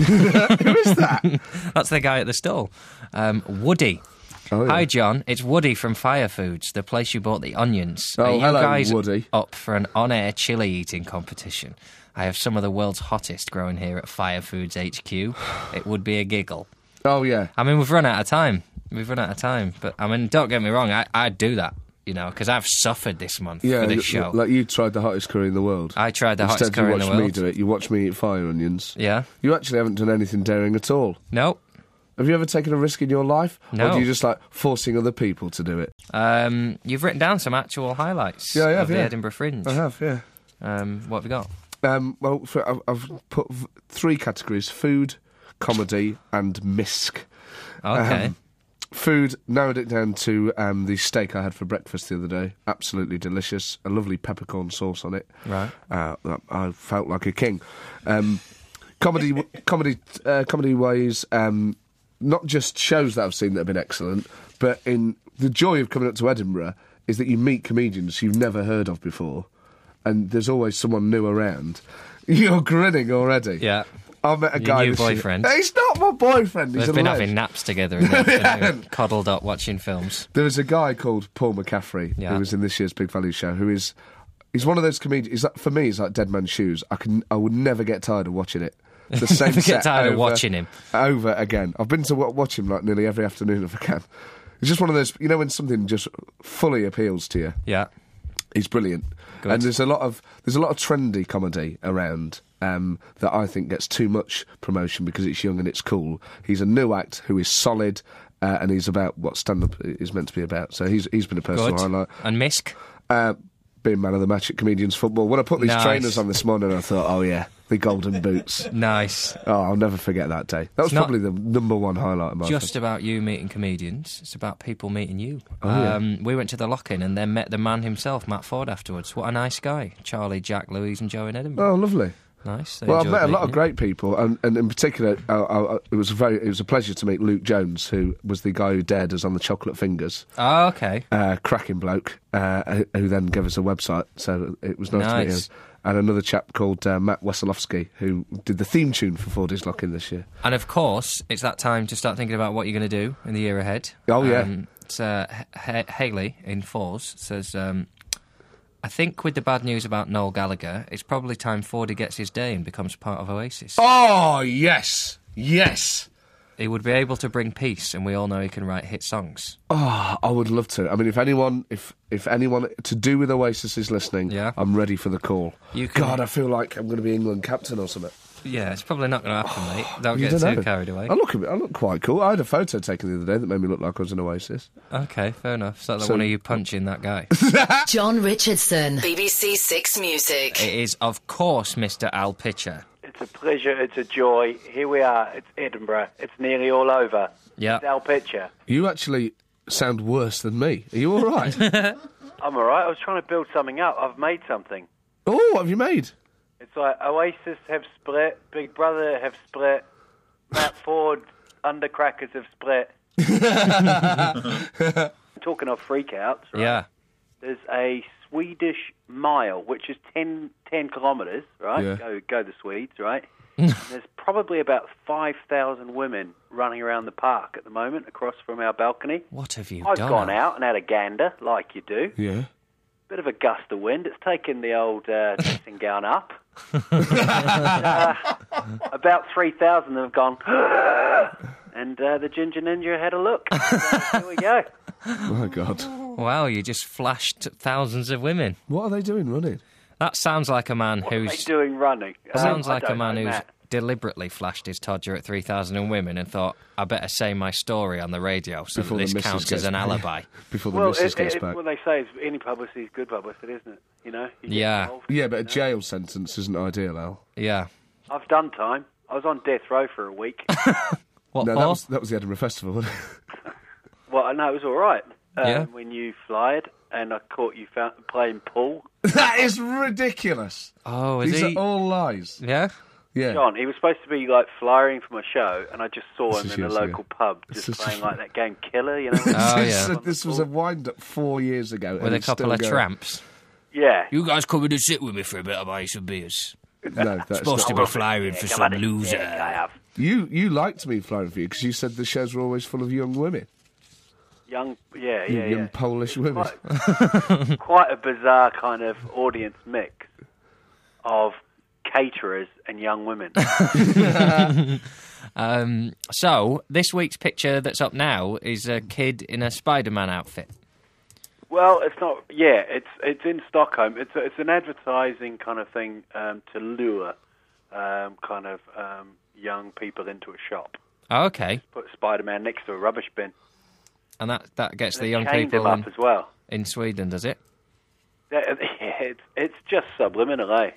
Speaker 4: That's the guy at the stall. Um, Woody.
Speaker 5: Oh, yeah.
Speaker 4: Hi, John. It's Woody from Fire Foods, the place you bought the onions.
Speaker 5: Oh,
Speaker 4: Are you
Speaker 5: hello,
Speaker 4: guys
Speaker 5: Woody.
Speaker 4: up for an on air chili eating competition? I have some of the world's hottest growing here at Fire Foods HQ. It would be a giggle.
Speaker 5: Oh yeah.
Speaker 4: I mean, we've run out of time. We've run out of time. But, I mean, don't get me wrong, I, I'd do that, you know, because I've suffered this month
Speaker 5: Yeah,
Speaker 4: for this
Speaker 5: you-
Speaker 4: show.
Speaker 5: like you tried the hottest curry in the world.
Speaker 4: I tried the hottest
Speaker 5: Instead,
Speaker 4: curry
Speaker 5: you
Speaker 4: in the
Speaker 5: watched me
Speaker 4: world.
Speaker 5: do it. You watched me eat fire onions.
Speaker 4: yeah?
Speaker 5: You actually haven't done anything daring at all.
Speaker 4: Nope.
Speaker 5: Have you ever taken a risk in your life?
Speaker 4: No.
Speaker 5: Or do you just like forcing other people to do it?
Speaker 4: Um, you've written down some actual highlights
Speaker 5: Yeah, I have,
Speaker 4: of the
Speaker 5: yeah.
Speaker 4: Edinburgh Fringe.
Speaker 5: I have, yeah.
Speaker 4: Um, what have we got?
Speaker 5: Um, well, for, I've, I've put v- three categories food, comedy, and misc.
Speaker 4: Okay.
Speaker 5: Um, food narrowed it down to um, the steak I had for breakfast the other day. Absolutely delicious. A lovely peppercorn sauce on it.
Speaker 4: Right.
Speaker 5: Uh, that- I felt like a king. Um, comedy, comedy, uh, comedy ways. Um, not just shows that I've seen that have been excellent, but in the joy of coming up to Edinburgh is that you meet comedians you've never heard of before, and there's always someone new around. You're grinning already.
Speaker 4: Yeah.
Speaker 5: I met a
Speaker 4: Your
Speaker 5: guy.
Speaker 4: new
Speaker 5: this year-
Speaker 4: boyfriend.
Speaker 5: He's not my boyfriend. He's
Speaker 4: They've been
Speaker 5: a
Speaker 4: having
Speaker 5: legend.
Speaker 4: naps together in the afternoon, coddled up watching films.
Speaker 5: There was a guy called Paul McCaffrey
Speaker 4: Yeah.
Speaker 5: who was in this year's Big Value Show. Who is he's one of those comedians. He's like, for me, he's like Dead Man's Shoes. I can I would never get tired of watching it. The same
Speaker 4: Never get
Speaker 5: set
Speaker 4: tired of
Speaker 5: over-
Speaker 4: watching him.
Speaker 5: over again. I've been to wa- watch him like nearly every afternoon if I can. It's just one of those. You know when something just fully appeals to you.
Speaker 4: Yeah.
Speaker 5: He's brilliant.
Speaker 4: Good.
Speaker 5: And there's a lot of there's a lot of trendy comedy around um, that I think gets too much promotion because it's young and it's cool. He's a new act who is solid. Uh, and he's about what stand up is meant to be about. So he's he's been a personal
Speaker 4: Good.
Speaker 5: highlight.
Speaker 4: And Misk.
Speaker 5: Uh, being man of the match at Comedians Football. When I put these
Speaker 4: Nice.
Speaker 5: trainers on this morning, I thought, oh yeah, the golden boots.
Speaker 4: Nice.
Speaker 5: Oh, I'll never forget that day. That was
Speaker 4: It's not-
Speaker 5: probably the number one highlight of my
Speaker 4: just
Speaker 5: life.
Speaker 4: about you meeting comedians. It's about people meeting you.
Speaker 5: Oh, yeah.
Speaker 4: um, we went to the lock-in and then met the man himself, Matt Ford, afterwards. What a nice guy. Charlie, Jack, Louise and Joe in Edinburgh.
Speaker 5: Oh, lovely.
Speaker 4: nice. They
Speaker 5: Well, I've
Speaker 4: enjoyed
Speaker 5: met a lot
Speaker 4: meeting
Speaker 5: of
Speaker 4: you.
Speaker 5: great people, and, and in particular, uh, uh, it was a very it was a pleasure to meet Luke Jones, who was the guy who dared us on the Chocolate Fingers.
Speaker 4: Oh, okay.
Speaker 5: Uh, cracking bloke, uh, who then gave us a website, so it was nice, to meet him.
Speaker 4: Nice.
Speaker 5: And another chap called uh, Matt Wesolowski, who did the theme tune for Four Days Lock-In this year.
Speaker 4: And of course, it's that time to start thinking about what you're going to do in the year ahead.
Speaker 5: Oh, yeah.
Speaker 4: it's, uh, H- Haley in Fours says, um, I think with the bad news about Noel Gallagher, it's probably time Fordy gets his day and becomes part of Oasis.
Speaker 5: Oh yes, yes.
Speaker 4: He would be able to bring peace, and we all know he can write hit songs.
Speaker 5: Oh, I would love to. I mean, if anyone, if if anyone to do with Oasis is listening,
Speaker 4: Yeah.
Speaker 5: I'm ready for the call.
Speaker 4: You can-
Speaker 5: God, I feel like I'm going to be England captain or something.
Speaker 4: Yeah, it's probably not going to happen, mate. Don't
Speaker 5: You
Speaker 4: get too
Speaker 5: know. Oh.
Speaker 4: carried away.
Speaker 5: I look, a bit- I look quite cool. I had a photo taken the other day that made me look like I was an Oasis.
Speaker 4: Okay, fair enough. So,
Speaker 5: So-
Speaker 4: one of you punching that guy.
Speaker 3: John Richardson, BBC Six Music.
Speaker 4: it is, of course, Mr. Al Pitcher.
Speaker 11: It's a pleasure. It's a joy. Here we are. It's Edinburgh. It's nearly all over.
Speaker 4: Yeah.
Speaker 11: It's our picture.
Speaker 5: You actually sound worse than me. Are you all right?
Speaker 11: I'm all right. I was trying to build something up. I've made something.
Speaker 5: oh, what have you made?
Speaker 11: It's like Oasis have split, Big Brother have split, Matt Ford, Undercrackers have split. Talking of freakouts, right?
Speaker 4: Yeah.
Speaker 11: there's a Swedish mile, which is 10, 10 kilometres, right?
Speaker 5: Yeah.
Speaker 11: Go, go the Swedes, right? And there's probably about 5,000 women running around the park at the moment across from our balcony.
Speaker 4: What have you
Speaker 11: I've
Speaker 4: done?
Speaker 11: gone
Speaker 4: Al?
Speaker 11: out and had a gander, like you do.
Speaker 5: Oh, Yeah.
Speaker 11: Bit of a gust of wind. It's taken the old uh, dressing gown up. Uh, about 3,000 have gone, and uh, the Ginger Ninja had a look. So, here we go.
Speaker 5: My God,
Speaker 4: Wow, you just flashed thousands of women.
Speaker 5: what are they doing running?
Speaker 4: That sounds like a man
Speaker 11: What are
Speaker 4: who's
Speaker 11: they doing running?
Speaker 4: sounds
Speaker 11: Um, I
Speaker 4: like a
Speaker 11: don't
Speaker 4: man
Speaker 11: know,
Speaker 4: who's
Speaker 11: Matt.
Speaker 4: deliberately flashed his todger at three thousand and women and thought, "I better say my story on the radio so
Speaker 5: Before the
Speaker 4: that this
Speaker 5: missus
Speaker 4: counts as
Speaker 5: gets
Speaker 4: an
Speaker 5: back.
Speaker 4: alibi."
Speaker 5: Before the
Speaker 11: Well,
Speaker 5: missus
Speaker 11: it,
Speaker 5: gets
Speaker 11: it,
Speaker 5: back.
Speaker 11: well, they say is any publicity is good publicity, isn't it? You know. You get
Speaker 4: Yeah.
Speaker 11: involved.
Speaker 5: yeah, but a jail sentence isn't ideal, Al.
Speaker 4: yeah.
Speaker 11: I've done time. I was on death row for a week.
Speaker 4: What
Speaker 5: No,
Speaker 4: for?
Speaker 5: that was, that was the Edinburgh Festival, wasn't it?
Speaker 11: well, I know it was all right. Um,
Speaker 4: Yeah.
Speaker 11: When you flied and I caught you fa- playing pool,
Speaker 5: that is ridiculous.
Speaker 4: Oh, is
Speaker 5: These
Speaker 4: he-
Speaker 5: are all lies.
Speaker 4: yeah.
Speaker 5: Yeah.
Speaker 11: John. He was supposed to be like flyering for my show, and I just saw
Speaker 5: This
Speaker 11: him
Speaker 5: is
Speaker 11: in a
Speaker 5: years ago.
Speaker 11: local pub
Speaker 5: This
Speaker 11: just
Speaker 5: is- Ah,
Speaker 11: playing like that game Killer. You know.
Speaker 4: Oh,
Speaker 5: He
Speaker 4: yeah.
Speaker 5: said this was a wind up four years ago.
Speaker 4: With a couple of
Speaker 5: tramps.
Speaker 4: tramps.
Speaker 11: yeah.
Speaker 4: You guys coming to sit with me for a bit of ice and beers?
Speaker 5: No, that's
Speaker 4: Supposed to
Speaker 5: not
Speaker 4: be
Speaker 5: right.
Speaker 4: flying for
Speaker 11: Yeah,
Speaker 4: some
Speaker 11: come on.
Speaker 4: loser.
Speaker 11: Yeah, I have
Speaker 5: You you liked me flying for you because you said the shows were always full of young women,
Speaker 11: young. Yeah,
Speaker 5: you
Speaker 11: yeah,
Speaker 5: young
Speaker 11: yeah.
Speaker 5: Polish women.
Speaker 11: quite, quite a bizarre kind of audience mix of caterers and young women.
Speaker 4: Um, so this week's picture that's up now is a kid in a Spider-Man outfit.
Speaker 11: Well, it's not. Yeah, it's it's in Stockholm. It's a, it's an advertising kind of thing um, to lure um, kind of um, young people into a shop.
Speaker 4: Oh, okay,
Speaker 11: Put Spider-Man next to a rubbish bin.
Speaker 4: and that that gets the
Speaker 11: They
Speaker 4: young
Speaker 11: chained
Speaker 4: people
Speaker 11: him up
Speaker 4: in,
Speaker 11: as well.
Speaker 4: in Sweden, does it?
Speaker 11: Yeah, it's it's just subliminal, eh?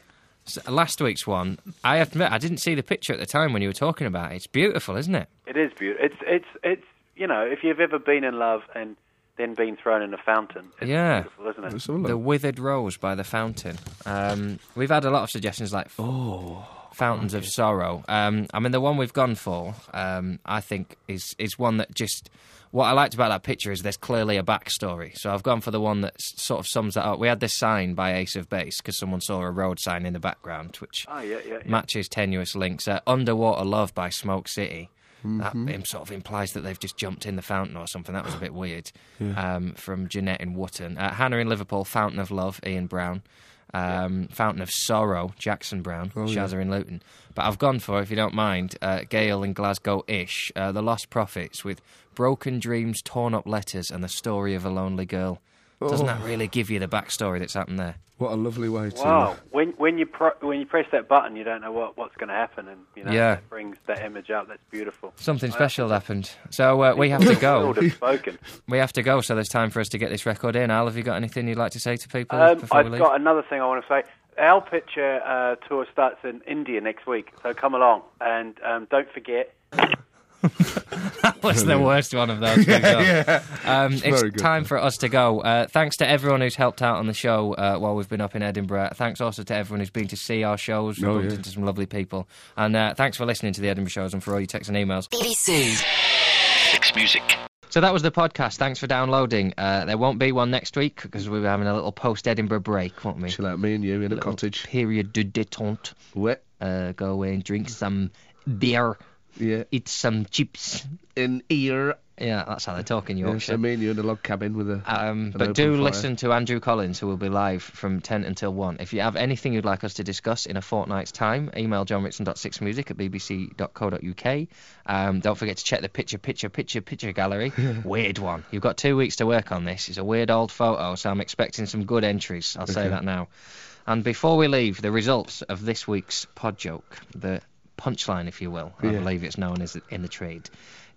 Speaker 4: S last week's one, I have to admit, I didn't see the picture at the time when you were talking about it. It's beautiful, isn't it?
Speaker 11: It is beautiful. It's it's it's you know, if you've ever been in love and then been thrown in a fountain, it's
Speaker 4: yeah,
Speaker 11: beautiful, isn't it?
Speaker 4: The Withered Rose by the Fountain. Um, we've had a lot of suggestions like oh, Fountains of Sorrow. Um, I mean, the one we've gone for, um, I think, is is one that just what I liked about that picture is there's clearly a backstory. So I've gone for the one that s- sort of sums that up. We had this sign by Ace of Base because someone saw a road sign in the background, which
Speaker 11: Oh, yeah, yeah, yeah.
Speaker 4: matches tenuous links. Uh, Underwater Love by Smoke City.
Speaker 11: Mhm.
Speaker 12: Mm-hmm.
Speaker 4: That im- sort of implies that they've just jumped in the fountain or something. That was a bit weird. Um, from Jeanette in Wotton. Uh, Hannah in Liverpool, Fountain of Love, Ian Brown. Um, Fountain of Sorrow, Jackson Brown.
Speaker 12: Oh, yeah.
Speaker 4: Shazza in Luton. But I've gone for, if you don't mind, uh, Gail in Glasgow ish, uh, The Lost Prophets with Broken Dreams, Torn Up Letters, and The Story of a Lonely Girl. Doesn't
Speaker 5: Oh.
Speaker 4: that really give you the backstory that's happened there?
Speaker 5: What a lovely way to.
Speaker 11: Wow, when when you pro- when you press that button, you don't know what, what's going to happen, and you know
Speaker 4: Yeah.
Speaker 11: that brings that image up. That's beautiful.
Speaker 4: Something
Speaker 11: I-
Speaker 4: special happened. So uh, we have to
Speaker 11: People
Speaker 4: go.
Speaker 11: would have spoken.
Speaker 4: We have to go, so there's time for us to get this record in. Al, have you got anything you'd like to say to people
Speaker 11: Um,
Speaker 4: before
Speaker 11: I've
Speaker 4: we leave?
Speaker 11: got another thing I want to say. Our picture uh, tour starts in India next week, so come along and um, don't forget.
Speaker 4: that was the worst one of those. we've done.
Speaker 11: yeah.
Speaker 4: Um,
Speaker 11: It's
Speaker 4: it's
Speaker 11: very good.
Speaker 4: time for us to go. Uh, thanks to everyone who's helped out on the show uh, while we've been up in Edinburgh. Thanks also to everyone who's been to see our shows. We've
Speaker 5: Oh,
Speaker 4: bumped
Speaker 5: yeah.
Speaker 4: into some lovely people. And uh, thanks for listening to the Edinburgh shows and for all your texts and emails.
Speaker 3: BBC.
Speaker 1: Six Music.
Speaker 4: So that was the podcast. Thanks for downloading. Uh, there won't be one next week because we were having a little post Edinburgh break, won't we? Chill
Speaker 5: out, me and you in a, cottage.
Speaker 4: Period de détente.
Speaker 5: What?
Speaker 4: Uh, go away and drink some beer.
Speaker 5: Yeah.
Speaker 4: Eat some chips.
Speaker 5: An ear.
Speaker 4: Yeah, that's how they talk in
Speaker 5: Yeah,
Speaker 4: Yorkshire.
Speaker 5: so me and you in a log cabin with a.
Speaker 4: Um,
Speaker 5: an
Speaker 4: but
Speaker 5: open
Speaker 4: do
Speaker 5: fire.
Speaker 4: listen to Andrew Collins, who will be live from 10 until 1. If you have anything you'd like us to discuss in a fortnight's time, email johnritson.6music at bbc.co.uk. Um, don't forget to check the picture, picture, picture, picture gallery. weird one. You've got two weeks to work on this. It's a weird old photo, so I'm expecting some good entries. I'll say
Speaker 13: Okay.
Speaker 4: that now. And before we leave, the results of this week's pod joke, the punchline, if you will, I
Speaker 13: Yeah.
Speaker 4: believe it's known as in the trade.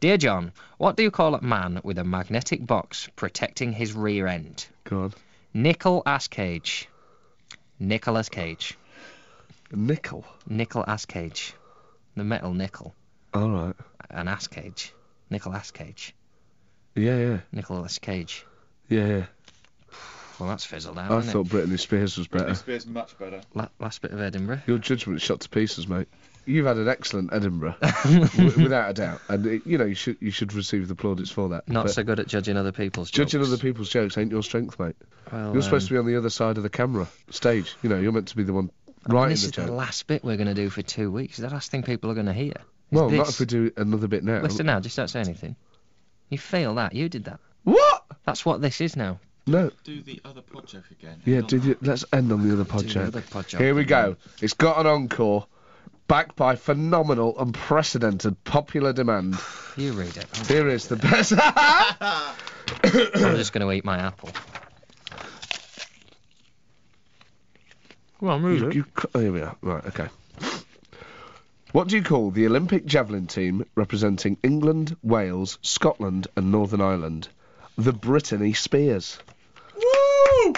Speaker 4: Dear John, what do you call a man with a magnetic box protecting his rear end?
Speaker 5: God.
Speaker 4: Nickel ass cage. Nicholas Cage.
Speaker 5: Nickel.
Speaker 4: Nickel ass cage. The metal nickel.
Speaker 5: All right.
Speaker 4: An ass cage. Nickel ass cage.
Speaker 5: Yeah, yeah,
Speaker 4: Nicholas Cage.
Speaker 5: yeah. yeah.
Speaker 4: Well, that's fizzled out.
Speaker 5: I
Speaker 4: isn't
Speaker 5: thought
Speaker 4: it?
Speaker 5: Oh, Britney Spears was better.
Speaker 8: Spears much better.
Speaker 4: La- last bit of Edinburgh.
Speaker 5: Your judgment's shot to pieces, mate. You've had an excellent Edinburgh, w- without a doubt, and it, you know you should you should receive the plaudits for that.
Speaker 4: Not
Speaker 5: But
Speaker 4: so good at judging other people's
Speaker 5: judging
Speaker 4: jokes.
Speaker 5: other people's jokes ain't your strength, mate.
Speaker 4: Well,
Speaker 5: you're supposed
Speaker 4: um,
Speaker 5: to be on the other side of the camera stage. You know you're meant to be the one
Speaker 4: I mean,
Speaker 5: writing
Speaker 4: this
Speaker 5: the
Speaker 4: is the
Speaker 5: joke.
Speaker 4: last bit we're going to do for two weeks. The last thing people are going to hear. is
Speaker 5: well, not
Speaker 4: this.
Speaker 5: if we do another bit now.
Speaker 4: Listen now, just don't say anything. You fail that. You did that.
Speaker 5: What?
Speaker 4: That's what this is now.
Speaker 5: No.
Speaker 8: Do the other pod joke again.
Speaker 5: Yeah, did you? Let's end on the other pod
Speaker 4: Do
Speaker 5: joke.
Speaker 4: another pod joke
Speaker 5: Here we
Speaker 4: and
Speaker 5: go. It's got an encore, backed by phenomenal, unprecedented popular demand.
Speaker 4: You read it.
Speaker 5: Here is the best.
Speaker 4: I'm just going to eat my apple. Come on,
Speaker 7: Hmm.
Speaker 5: You, you, cu- oh, here we are. Right, okay. What do you call the Olympic javelin team representing England, Wales, Scotland, and Northern Ireland? The Brittany Spears. Woo!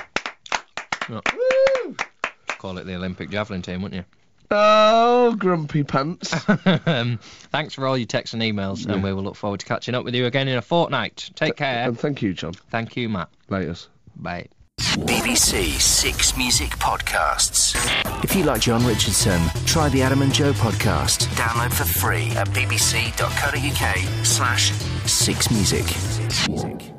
Speaker 4: Call it the Olympic javelin team, wouldn't
Speaker 5: Oh, grumpy pants.
Speaker 4: you? um, thanks for all your texts and emails, and we will look forward to catching up with you again in a fortnight. Take care.
Speaker 5: And thank you, John.
Speaker 4: Thank you, Matt.
Speaker 5: Laters.
Speaker 4: Bye.
Speaker 1: BBC Six Music Podcasts. If you like John Richardson, try the Adam and Joe podcast. Download for free at bbc.co.uk slash six music.